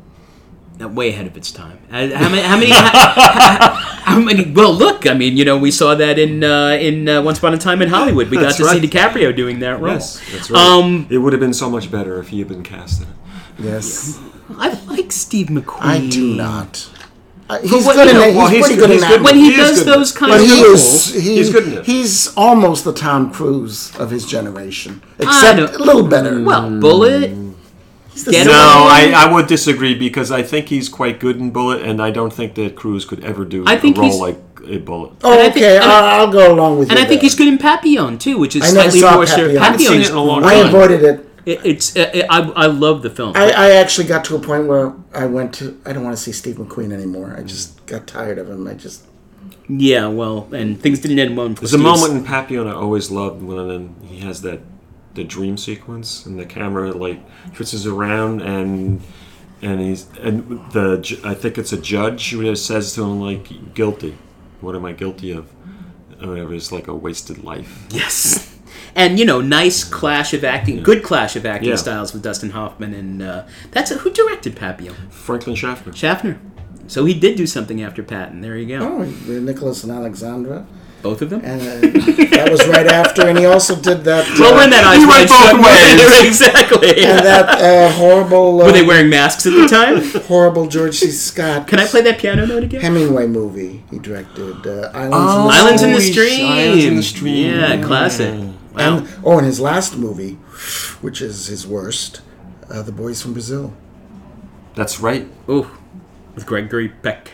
Speaker 2: Uh, way ahead of its time. Uh, How many? How many? how, how many? Well, look. I mean, you know, we saw that in uh, in uh, Once Upon a Time in Hollywood. We got
Speaker 3: That's
Speaker 2: to
Speaker 3: right.
Speaker 2: see DiCaprio doing that role.
Speaker 3: Yes, that's right.
Speaker 2: Um,
Speaker 3: it would have been so much better if he had been cast in it.
Speaker 4: Yes.
Speaker 2: I like Steve McQueen.
Speaker 4: I do not. I- he's
Speaker 2: what-
Speaker 4: good
Speaker 2: you
Speaker 4: in
Speaker 2: know,
Speaker 4: that. He's
Speaker 3: well, he's
Speaker 4: pretty
Speaker 3: good-
Speaker 4: good in
Speaker 3: he's
Speaker 4: that.
Speaker 3: good
Speaker 2: When
Speaker 4: one.
Speaker 2: he
Speaker 3: He is
Speaker 2: does
Speaker 3: good.
Speaker 2: those kinds
Speaker 4: But
Speaker 2: of
Speaker 4: he
Speaker 2: roles,
Speaker 4: is he,
Speaker 3: He's good in it.
Speaker 4: He's almost the Tom Cruise of his generation,
Speaker 2: I
Speaker 4: except
Speaker 2: don't-
Speaker 4: a little better.
Speaker 2: well, Bullet,
Speaker 4: He's the
Speaker 2: Get
Speaker 4: same-
Speaker 3: No,
Speaker 2: Him.
Speaker 3: I, I would disagree because I think he's quite good in Bullet, and I don't think that Cruz could ever do
Speaker 2: I think
Speaker 3: a role
Speaker 2: he's-
Speaker 3: like a Bullet.
Speaker 2: and I
Speaker 4: Oh,
Speaker 2: think-
Speaker 4: okay,
Speaker 2: and I-
Speaker 4: I'll, I'll go along with you.
Speaker 2: and I think
Speaker 4: there.
Speaker 2: he's good in Papillon too, which is
Speaker 4: I never
Speaker 2: slightly
Speaker 4: saw
Speaker 2: more. ser-
Speaker 4: Papillon. I haven't
Speaker 3: seen
Speaker 2: Papillon
Speaker 3: it in a long
Speaker 2: is
Speaker 3: time.
Speaker 4: I
Speaker 2: great.
Speaker 4: avoided it.
Speaker 2: It- it's uh, uh, I, I love the film.
Speaker 4: I, I actually got to a point where I went to. I don't want to see Steve McQueen anymore. I just got tired of him. I just.
Speaker 2: yeah, well, and things didn't end well.
Speaker 3: There's a moment in Papillon I always loved when then he has that the dream sequence and the camera like twists around and and he's and the ju- I think it's a judge who just says to him like guilty. What am I guilty of? Or whatever. It's like a wasted life.
Speaker 2: Yes. And you know, nice clash of acting, good clash of acting
Speaker 3: Yeah.
Speaker 2: styles with Dustin Hoffman, and uh, that's who directed Papillon,
Speaker 3: Franklin Schaffner.
Speaker 2: Schaffner. So he did do something after Patton. There you go,
Speaker 4: Oh, Nicholas and Alexandra,
Speaker 2: both of them. [laughs]
Speaker 4: and uh, that was right after. And he also did that.
Speaker 2: well,
Speaker 4: uh,
Speaker 2: we're in that
Speaker 3: He
Speaker 2: eyes
Speaker 3: went
Speaker 2: wide shut
Speaker 3: both ways.
Speaker 2: moment. [laughs] exactly.
Speaker 4: and that uh, horrible. Uh,
Speaker 2: Were they wearing masks at the time?
Speaker 4: horrible George C. Scott.
Speaker 2: Can I play that piano note again?
Speaker 4: Hemingway movie he directed? Uh, Islands in the
Speaker 3: Oh,
Speaker 2: Islands in the
Speaker 4: Stream.
Speaker 3: Holy
Speaker 2: Stream.
Speaker 3: Islands in the Stream.
Speaker 2: Yeah, classic.
Speaker 3: Mm.
Speaker 2: Wow.
Speaker 4: And, oh, and his last movie, which is his worst, uh, The Boys from Brazil.
Speaker 3: That's right.
Speaker 2: Ooh, Oh, with Gregory Peck.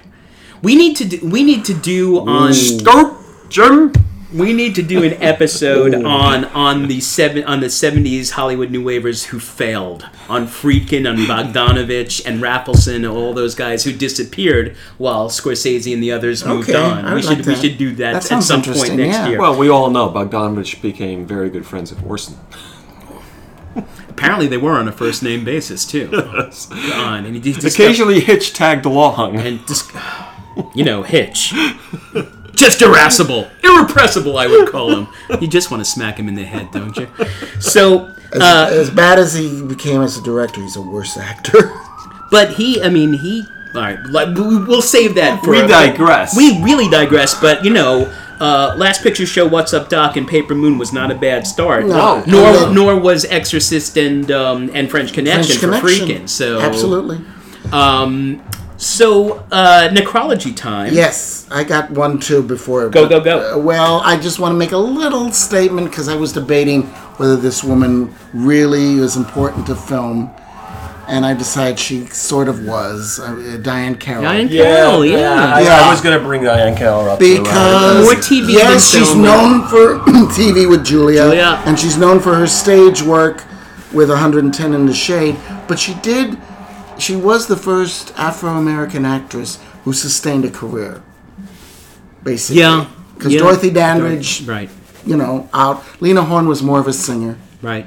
Speaker 2: We need to do. We need to do on.
Speaker 3: Scope Jim.
Speaker 2: We need to do an episode on on the seven on the seventies Hollywood new waivers who failed on Friedkin, on Bogdanovich, and Raffleson, all those guys who disappeared while Scorsese and the others moved
Speaker 4: Okay,
Speaker 2: on.
Speaker 4: I
Speaker 2: we
Speaker 4: would
Speaker 2: should
Speaker 4: like
Speaker 2: we
Speaker 4: that.
Speaker 2: should do that,
Speaker 4: That
Speaker 2: at
Speaker 4: sounds
Speaker 2: some point
Speaker 4: interesting,
Speaker 2: next
Speaker 4: yeah.
Speaker 2: year.
Speaker 3: Well, we all know Bogdanovich became very good friends with Orson.
Speaker 2: apparently they were on a first name basis
Speaker 4: [laughs]
Speaker 2: too. God, and he did this stuff-
Speaker 3: Occasionally, Hitch tagged along.
Speaker 2: and just you know Hitch, just irascible, irrepressible. I would call him. You just want to smack him in the head, don't you? So. Uh,
Speaker 4: as bad as he became as a director, he's a worse actor.
Speaker 2: But he, I mean, he. All right, like, we- we'll save that for.
Speaker 3: we digress.
Speaker 2: We really digress, but you know, uh, Last Picture Show, What's Up, Doc, and Paper Moon was not a bad start.
Speaker 4: No.
Speaker 2: Nor,
Speaker 4: No.
Speaker 2: nor was Exorcist and um, and French Connection for Freakin. So
Speaker 4: Absolutely.
Speaker 2: Um, so uh, necrology time.
Speaker 4: Yes, I got one too before.
Speaker 2: Go, go, go.
Speaker 4: Uh, well, I just want to make a little statement because I was debating whether this woman really was important to film, and I decided she sort of was. Uh, Diane Carroll.
Speaker 2: Diane Carroll, yeah.
Speaker 4: Yeah.
Speaker 3: going to uh, bring Diane Keller up. too,
Speaker 4: because
Speaker 2: More TV than
Speaker 4: yes, she's
Speaker 2: film.
Speaker 4: known for [clears throat] TV with Julia,
Speaker 2: Julia.
Speaker 4: and she's known for her stage work with 110 in the Shade. But she did, she was the first Afro-American actress who sustained a career, basically.
Speaker 2: Yeah,
Speaker 4: because
Speaker 2: yeah.
Speaker 4: Dorothy Dandridge,
Speaker 2: Right,
Speaker 4: you know, out. Lena Horne was more of a singer,
Speaker 2: right.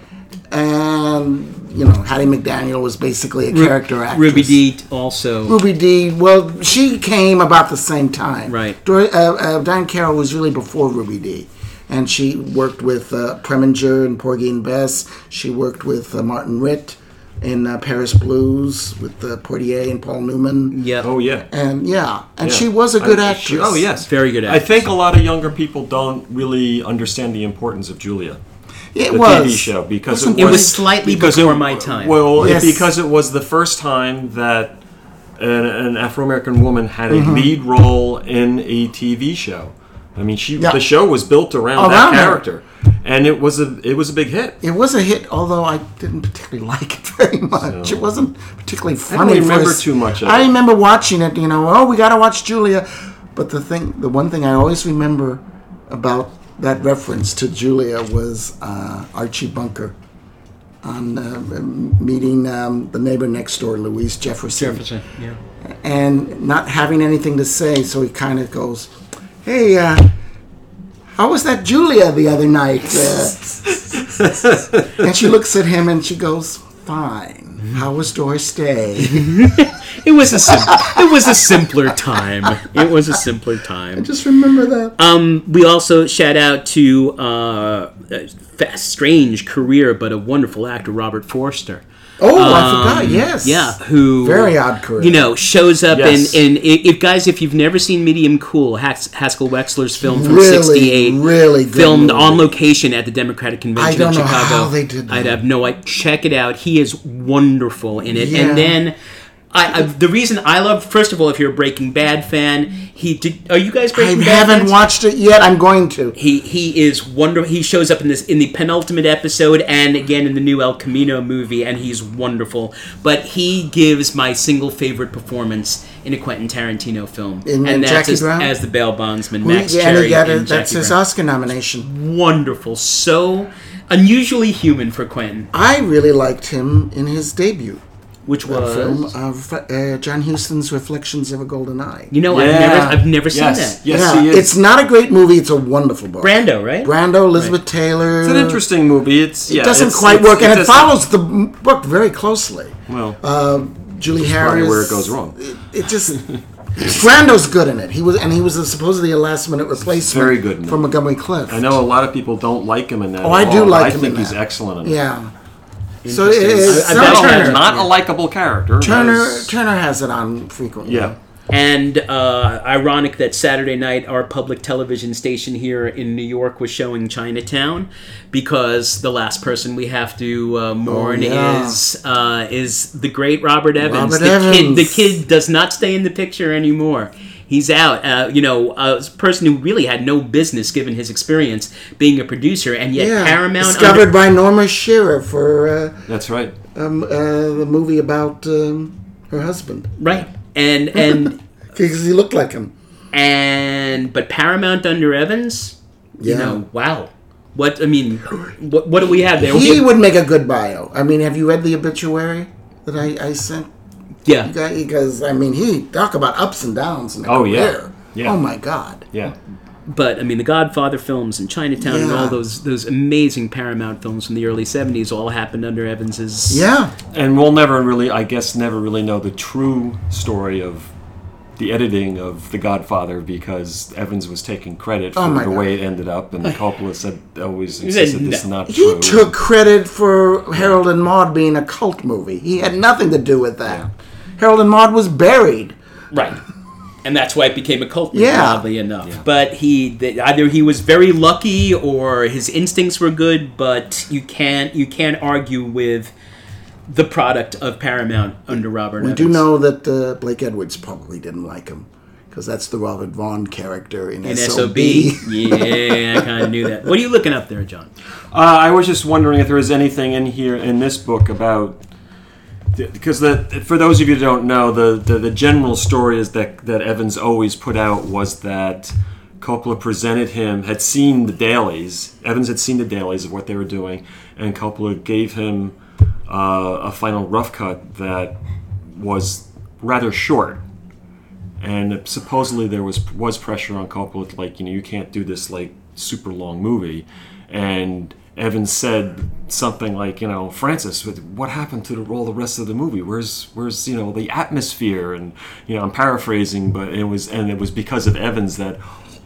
Speaker 4: and you know, Hattie McDaniel was basically a character actress.
Speaker 2: Ruby Dee also.
Speaker 4: Ruby Dee, well, she came about the same time.
Speaker 2: Right.
Speaker 4: Dor- uh, uh, Diane Carroll was really before Ruby Dee. And she worked with uh, Preminger and Porgy and Bess. She worked with uh, Martin Ritt in uh, Paris Blues with uh, Portier and Paul Newman.
Speaker 2: Yeah.
Speaker 3: Oh yeah.
Speaker 4: And yeah, and
Speaker 3: Yeah.
Speaker 4: she was a good
Speaker 3: I-
Speaker 4: actress.
Speaker 3: she- oh yes,
Speaker 2: Very good
Speaker 3: I think
Speaker 2: actress.
Speaker 3: a lot of younger people don't really understand the importance of Julia.
Speaker 4: It
Speaker 3: the
Speaker 4: was.
Speaker 3: TV show because
Speaker 4: Wasn't
Speaker 2: It
Speaker 4: Well,
Speaker 2: was slightly
Speaker 3: because
Speaker 2: before
Speaker 3: it,
Speaker 2: my time.
Speaker 3: Well, it-
Speaker 4: Yes.
Speaker 3: because it was the first time that an, an Afro American woman had a
Speaker 4: Mm-hmm.
Speaker 3: lead role in a TV show. I mean, she
Speaker 4: Yeah.
Speaker 3: the show was built around,
Speaker 4: Around
Speaker 3: that
Speaker 4: her.
Speaker 3: character, and it was a it was a big hit.
Speaker 4: It was a hit, although I didn't particularly [laughs] like it very much.
Speaker 3: So-
Speaker 4: it wasn't particularly funny.
Speaker 3: don't
Speaker 4: for
Speaker 3: remember
Speaker 4: us.
Speaker 3: too much of
Speaker 4: I
Speaker 3: it.
Speaker 4: remember watching it. You know, oh, we got to watch Julia. But the thing, the one thing I always remember about that reference to Julia was uh, Archie Bunker on uh, m- meeting um, the neighbor next door, Louise Jefferson,
Speaker 2: yeah.
Speaker 4: and not having anything to say. So he kind of goes, "Hey, uh, how was that Julia the other night?" Uh, and she looks at him and she goes, "Fine. How was Doris Day?"
Speaker 2: It was a sim- it was a simpler time. It was a simpler time.
Speaker 4: [laughs] Just remember that.
Speaker 2: Um, we also shout out to uh, a fa- strange career, but a wonderful actor, Robert Forster.
Speaker 4: oh, I forgot. Yes.
Speaker 2: Um, Yeah, who
Speaker 4: Very odd career.
Speaker 2: You know, shows up
Speaker 3: Yes.
Speaker 2: in, in i- if guys, if you've never seen Medium Cool, Has- Haskell Wexler's film from
Speaker 4: Really,
Speaker 2: '68,
Speaker 4: really good
Speaker 2: filmed
Speaker 4: movie.
Speaker 2: on location at the Democratic Convention
Speaker 4: I don't
Speaker 2: in
Speaker 4: know
Speaker 2: Chicago.
Speaker 4: how they did
Speaker 2: I'd
Speaker 4: that.
Speaker 2: have no idea. Check it out. He is wonderful in it.
Speaker 4: Yeah.
Speaker 2: And then. I, I, the reason I love, first of all, if you're a Breaking Bad fan, he did. Are you guys
Speaker 4: I
Speaker 2: Breaking Bad?
Speaker 4: haven't
Speaker 2: fans?
Speaker 4: watched it yet. I'm going to.
Speaker 2: He he is wonderful. He shows up in this in the penultimate episode and again in the new El Camino movie, and he's wonderful. But he gives my single favorite performance in a Quentin Tarantino film,
Speaker 4: In- in
Speaker 2: and that's
Speaker 4: Jackie
Speaker 2: as,
Speaker 4: Brown?
Speaker 2: as the bail bondsman
Speaker 4: We-
Speaker 2: Max
Speaker 4: yeah, and
Speaker 2: Cherry.
Speaker 4: he got a-
Speaker 2: in
Speaker 4: that's
Speaker 2: Jackie
Speaker 4: his
Speaker 2: Brown.
Speaker 4: Oscar nomination.
Speaker 2: Wonderful, so unusually human for Quentin,
Speaker 4: I really liked him in his debut
Speaker 2: which was
Speaker 4: film of uh, John Huston's Reflections of a Golden Eye.
Speaker 2: you know
Speaker 3: Yeah.
Speaker 2: I've never I've never
Speaker 3: Yes.
Speaker 2: seen that.
Speaker 3: Yes,
Speaker 4: yeah,
Speaker 3: he is.
Speaker 4: it's not a great movie. It's a wonderful book.
Speaker 2: Brando, right?
Speaker 4: Brando, Elizabeth Taylor.
Speaker 3: It's an interesting movie. It's
Speaker 4: Uh, It
Speaker 3: yeah,
Speaker 4: doesn't
Speaker 3: it's-
Speaker 4: quite
Speaker 3: it's-
Speaker 4: work, and it
Speaker 3: doesn't-
Speaker 4: follows the m- book very closely.
Speaker 3: Well,
Speaker 4: Julie
Speaker 3: probably
Speaker 4: Harris.
Speaker 3: where it goes wrong.
Speaker 4: It, it just Brando's good in it. He was, and he was a, supposedly a last minute replacement.
Speaker 3: very good in it.
Speaker 4: for Montgomery Clift.
Speaker 3: I know a lot of people don't like him in that.
Speaker 4: Oh,
Speaker 3: at
Speaker 4: I do
Speaker 3: all.
Speaker 4: like
Speaker 3: I
Speaker 4: him
Speaker 3: think
Speaker 4: in
Speaker 3: he's
Speaker 4: that.
Speaker 3: excellent. In it.
Speaker 4: Yeah. So it is.
Speaker 3: I, I
Speaker 4: so
Speaker 3: bet he
Speaker 4: Turner,
Speaker 3: had not a likable character.
Speaker 4: Turner,
Speaker 3: That's-
Speaker 4: Turner has it on frequently.
Speaker 3: Yeah.
Speaker 2: And uh, ironic that Saturday night our public television station here in New York was showing Chinatown because the last person we have to uh, mourn
Speaker 4: Oh, yeah.
Speaker 2: is uh, is the great Robert Evans.
Speaker 4: Robert
Speaker 2: the kid, the
Speaker 4: Evans.
Speaker 2: kid does not stay in the picture anymore. He's out. Uh, you know, a person who really had no business, given his experience, being a producer, and yet
Speaker 4: Yeah.
Speaker 2: Paramount
Speaker 4: Discovered
Speaker 2: under-
Speaker 4: by Norma Shearer for uh,
Speaker 3: That's right.
Speaker 4: um, uh, the movie about um, her husband
Speaker 2: right and
Speaker 4: [laughs]
Speaker 2: and
Speaker 4: because he looked like him.
Speaker 2: and but Paramount under Evans.
Speaker 4: Yeah.
Speaker 2: you know, wow. What I mean, what, what do we have there?
Speaker 4: He
Speaker 2: We-
Speaker 4: would make a good bio. I mean, have you read the obituary that I, I sent?
Speaker 2: yeah,
Speaker 4: Because I mean, he talk about ups and downs in a
Speaker 3: Oh, yeah.
Speaker 4: career.
Speaker 3: Yeah.
Speaker 4: Oh my God.
Speaker 3: Yeah.
Speaker 2: but I mean, the Godfather films and Chinatown and
Speaker 4: Yeah.
Speaker 2: all those those amazing Paramount films from the early '70s all happened under Evans's.
Speaker 4: Yeah.
Speaker 3: And we'll never really, I guess, never really know the true story of the editing of The Godfather because Evans was taking credit for
Speaker 4: Oh my
Speaker 3: the
Speaker 4: God.
Speaker 3: way it ended up,
Speaker 4: [laughs]
Speaker 3: and Coppola said always
Speaker 2: said
Speaker 3: insisted this is
Speaker 2: no.
Speaker 3: not
Speaker 4: He
Speaker 3: true.
Speaker 4: took credit for Harold and Maude being a cult movie. He had nothing to do with that. Harold and Maude was buried.
Speaker 2: right. And that's why it became a cult movie,
Speaker 4: Yeah.
Speaker 2: oddly enough. But he th- either he was very lucky or his instincts were good. But you can't you can't argue with the product of Paramount under Robert.
Speaker 4: We do know that uh, Blake Edwards probably didn't like him because that's the Robert Vaughn character in,
Speaker 2: in
Speaker 4: SOB.
Speaker 2: SOB. yeah, I kind of knew that. What are you looking up there, John?
Speaker 3: Uh, I was just wondering if there was anything in here in this book about because the for those of you who don't know the, the, the general story is that that Evans always put out was that Coppola presented him had seen the dailies Evans had seen the dailies of what they were doing and Coppola gave him uh, a final rough cut that was rather short and supposedly there was was pressure on Coppola to like you know you can't do this like super long movie, and Evans said something like you know Francis, what- what happened to the, all the rest of the movie? Where's where's you know the atmosphere and you know I'm paraphrasing, but it was and it was because of Evans that.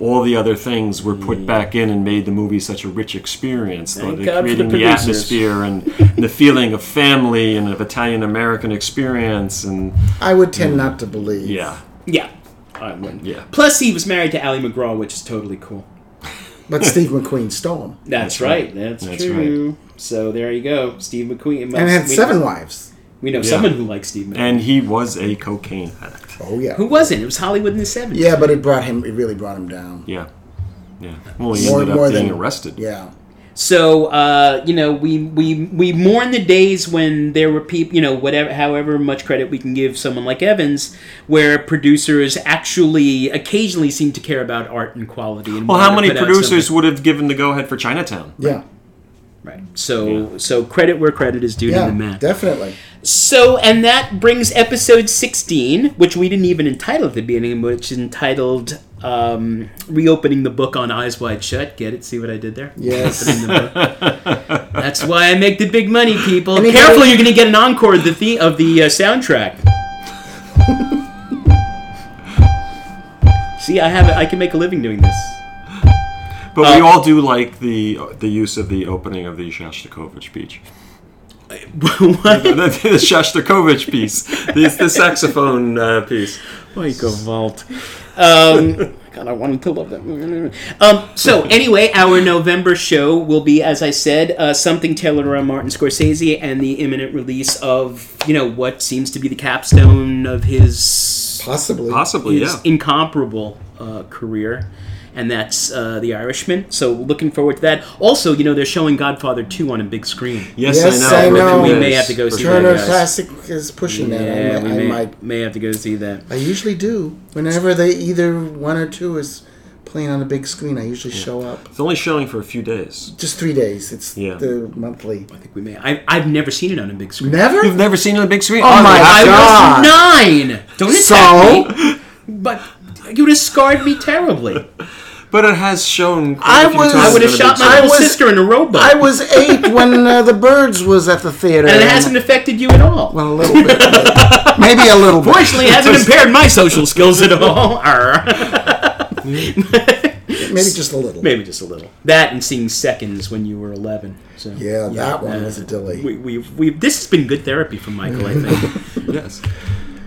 Speaker 3: All the other things were put back in and made the movie such a rich experience.
Speaker 2: Mm. Thank
Speaker 3: the-
Speaker 2: God for the
Speaker 3: creating the
Speaker 2: producers.
Speaker 3: atmosphere and the feeling of family and of Italian American experience and
Speaker 4: I would tend not to believe.
Speaker 3: yeah,
Speaker 2: Yeah, I wouldn't.
Speaker 3: yeah.
Speaker 2: Plus, he was married to Ally McGraw, which is totally cool.
Speaker 4: But Steve McQueen stole him
Speaker 2: That's right. That's,
Speaker 3: That's
Speaker 2: true. So there you go, Steve McQueen.
Speaker 4: and had
Speaker 2: we,
Speaker 4: seven wives.
Speaker 2: We know someone who likes Steve McQueen.
Speaker 3: And he was a cocaine addict.
Speaker 4: Oh yeah,
Speaker 2: who wasn't? It was Hollywood in the seventies.
Speaker 4: yeah, but it brought him. It really brought him down.
Speaker 3: Yeah. Yeah. Well, he
Speaker 4: More-
Speaker 3: ended up
Speaker 4: more
Speaker 3: being
Speaker 4: than-
Speaker 3: arrested.
Speaker 4: Yeah,
Speaker 2: So uh, you know, we we we mourn the days when there were people. You know, whatever, however much credit we can give someone like Evans, where producers actually occasionally seem to care about art and quality. And
Speaker 3: Well,
Speaker 2: wanted
Speaker 3: how
Speaker 2: to
Speaker 3: many
Speaker 2: put out
Speaker 3: producers
Speaker 2: something.
Speaker 3: would have given the go ahead for Chinatown?
Speaker 4: yeah,
Speaker 2: Right. So so credit where credit is due to
Speaker 4: yeah,
Speaker 2: the man.
Speaker 4: definitely.
Speaker 2: So, and that brings episode 16, which we didn't even entitle at the beginning, which is entitled um, Reopening the Book on Eyes Wide Shut. Get it? See what I did there?
Speaker 4: Yes,
Speaker 2: That's why I make the big money, people.
Speaker 4: Anybody-
Speaker 2: Careful, you're going to get an encore of the, the- of the uh, soundtrack. See, I have it. I can make a living doing this. [laughs]
Speaker 3: But we
Speaker 2: Uh,
Speaker 3: all do like the the use of the opening of the Shostakovich speech. [laughs] the,
Speaker 2: what?
Speaker 3: the Shostakovich piece, the, the saxophone uh, piece.
Speaker 2: Like a [laughs] vault. Um, [laughs] God, I wanted to love that movie. Um, so, anyway, our November show will be, as I said, uh, something tailored around Martin Scorsese and the imminent release of, you know, what seems to be the capstone of his,
Speaker 4: possibly.
Speaker 3: Possibly,
Speaker 2: his
Speaker 3: yeah.
Speaker 2: incomparable uh, career. And that's uh, The Irishman. So, looking forward to that. Also, you know, they're showing Godfather 2 on a big screen.
Speaker 3: Yes,
Speaker 4: Yes,
Speaker 3: I
Speaker 4: I
Speaker 3: know.
Speaker 4: know. We
Speaker 2: may have to go
Speaker 3: For
Speaker 2: see
Speaker 3: sure.
Speaker 4: Turner
Speaker 2: guys.
Speaker 4: Classic is pushing
Speaker 2: Yeah,
Speaker 4: that. I,
Speaker 2: we
Speaker 4: might- I
Speaker 2: may,
Speaker 4: might.
Speaker 2: may have to go see that.
Speaker 4: I usually do. Whenever they either one or two is playing on a big screen, I usually show up.
Speaker 3: It's only showing for a few days.
Speaker 4: Just three days. It's
Speaker 3: Yeah.
Speaker 4: the monthly.
Speaker 2: I think we may. I, I've never seen it on a big screen.
Speaker 4: Never.
Speaker 3: You've never seen it on a big screen?
Speaker 4: Oh my
Speaker 3: yeah.
Speaker 2: I
Speaker 4: God.
Speaker 2: was nine. Don't
Speaker 4: So?
Speaker 2: attack me. But you would have scarred me terribly.
Speaker 3: But it has shown. quite
Speaker 4: I
Speaker 3: a few
Speaker 4: was-
Speaker 3: times
Speaker 2: I would have
Speaker 3: on a
Speaker 2: shot
Speaker 3: big
Speaker 2: my
Speaker 3: screen.
Speaker 2: little
Speaker 4: was-
Speaker 2: sister in a robot,
Speaker 4: I was eight when uh, the Birds was at the theater.
Speaker 2: and it hasn't affected you at all.
Speaker 4: Well, a little bit. [laughs] Maybe a little bit.
Speaker 2: Fortunately, it hasn't impaired my social skills at all. Arr.
Speaker 4: [laughs] Maybe just a little.
Speaker 2: Maybe just a little. That and seeing seconds when you were eleven. So
Speaker 4: Yeah, that one was a delay.
Speaker 2: We, we, we, this has been good therapy for Michael, I
Speaker 4: [laughs]
Speaker 2: think.
Speaker 3: Yes.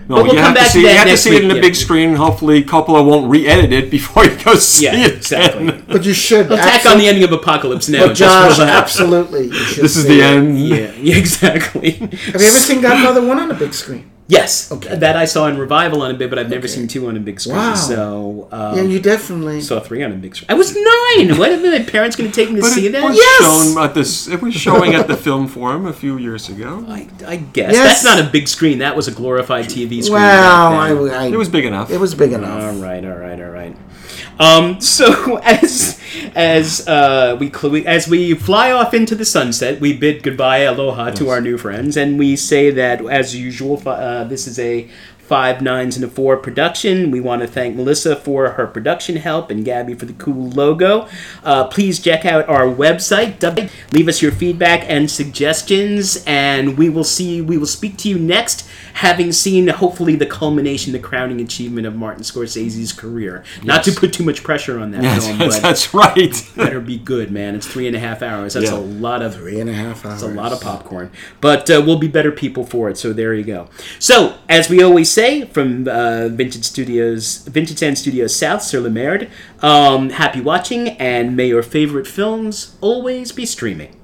Speaker 3: No,
Speaker 2: we'll
Speaker 3: you have to
Speaker 2: come back to
Speaker 3: see. You
Speaker 2: that
Speaker 3: have to
Speaker 2: next
Speaker 3: see it in
Speaker 2: week,
Speaker 3: a
Speaker 2: yeah.
Speaker 3: big screen. Hopefully, Coppola won't re-edit it [laughs] before you go see
Speaker 2: Yeah,
Speaker 3: it.
Speaker 2: exactly. Attack
Speaker 4: But you should.
Speaker 2: on the ending of Apocalypse Now. just
Speaker 4: Josh,
Speaker 2: for that.
Speaker 4: absolutely. you should
Speaker 3: This is
Speaker 4: see
Speaker 3: the
Speaker 4: it.
Speaker 3: end.
Speaker 2: Yeah, yeah, [laughs] exactly.
Speaker 4: Have you ever seen Godfather One on a big screen?
Speaker 2: Yes,
Speaker 4: Okay.
Speaker 2: that I saw in revival on a bit, but I've never seen two on a big screen.
Speaker 4: Wow.
Speaker 2: So um,
Speaker 4: Yeah, you definitely.
Speaker 2: saw three on a big screen. I was nine. What are my parents going to take me to
Speaker 3: But
Speaker 2: see
Speaker 3: it
Speaker 2: that?
Speaker 3: was
Speaker 2: Yes,
Speaker 3: shown at this. It was showing at the film forum a few years ago.
Speaker 2: I, I guess
Speaker 4: Yes.
Speaker 2: that's not a big screen. That was a glorified TV screen.
Speaker 4: wow,
Speaker 2: back
Speaker 4: I,
Speaker 2: then.
Speaker 4: I,
Speaker 3: It was big enough.
Speaker 4: It was big enough.
Speaker 2: All right, all right, all right. Um, so [laughs] as as uh, we cl- we- as we fly off into the sunset, we bid goodbye, aloha to our new friends, and we say that as usual, fi- uh, this is a five nines and a four production. We want to thank Melissa for her production help and Gabby for the cool logo. Uh, please check out our website. w- Leave us your feedback and suggestions, and we will see. We will speak to you next, having seen hopefully the culmination, the crowning achievement of Martin Scorsese's career. Not to put too much pressure on that
Speaker 3: Yes,
Speaker 2: film,
Speaker 3: yes, [laughs] [laughs]
Speaker 2: but
Speaker 3: that's right.
Speaker 2: better be good, man. It's three and a half hours. That's
Speaker 3: Yeah.
Speaker 2: a lot of
Speaker 4: Three and a half hours.
Speaker 2: a lot of popcorn, but uh, we'll be better people for it. So there you go. So as we always say from uh, Vintage Studios, Vintage Sand Studios South, Sur Le Merde, um, happy watching, and may your favorite films always be streaming.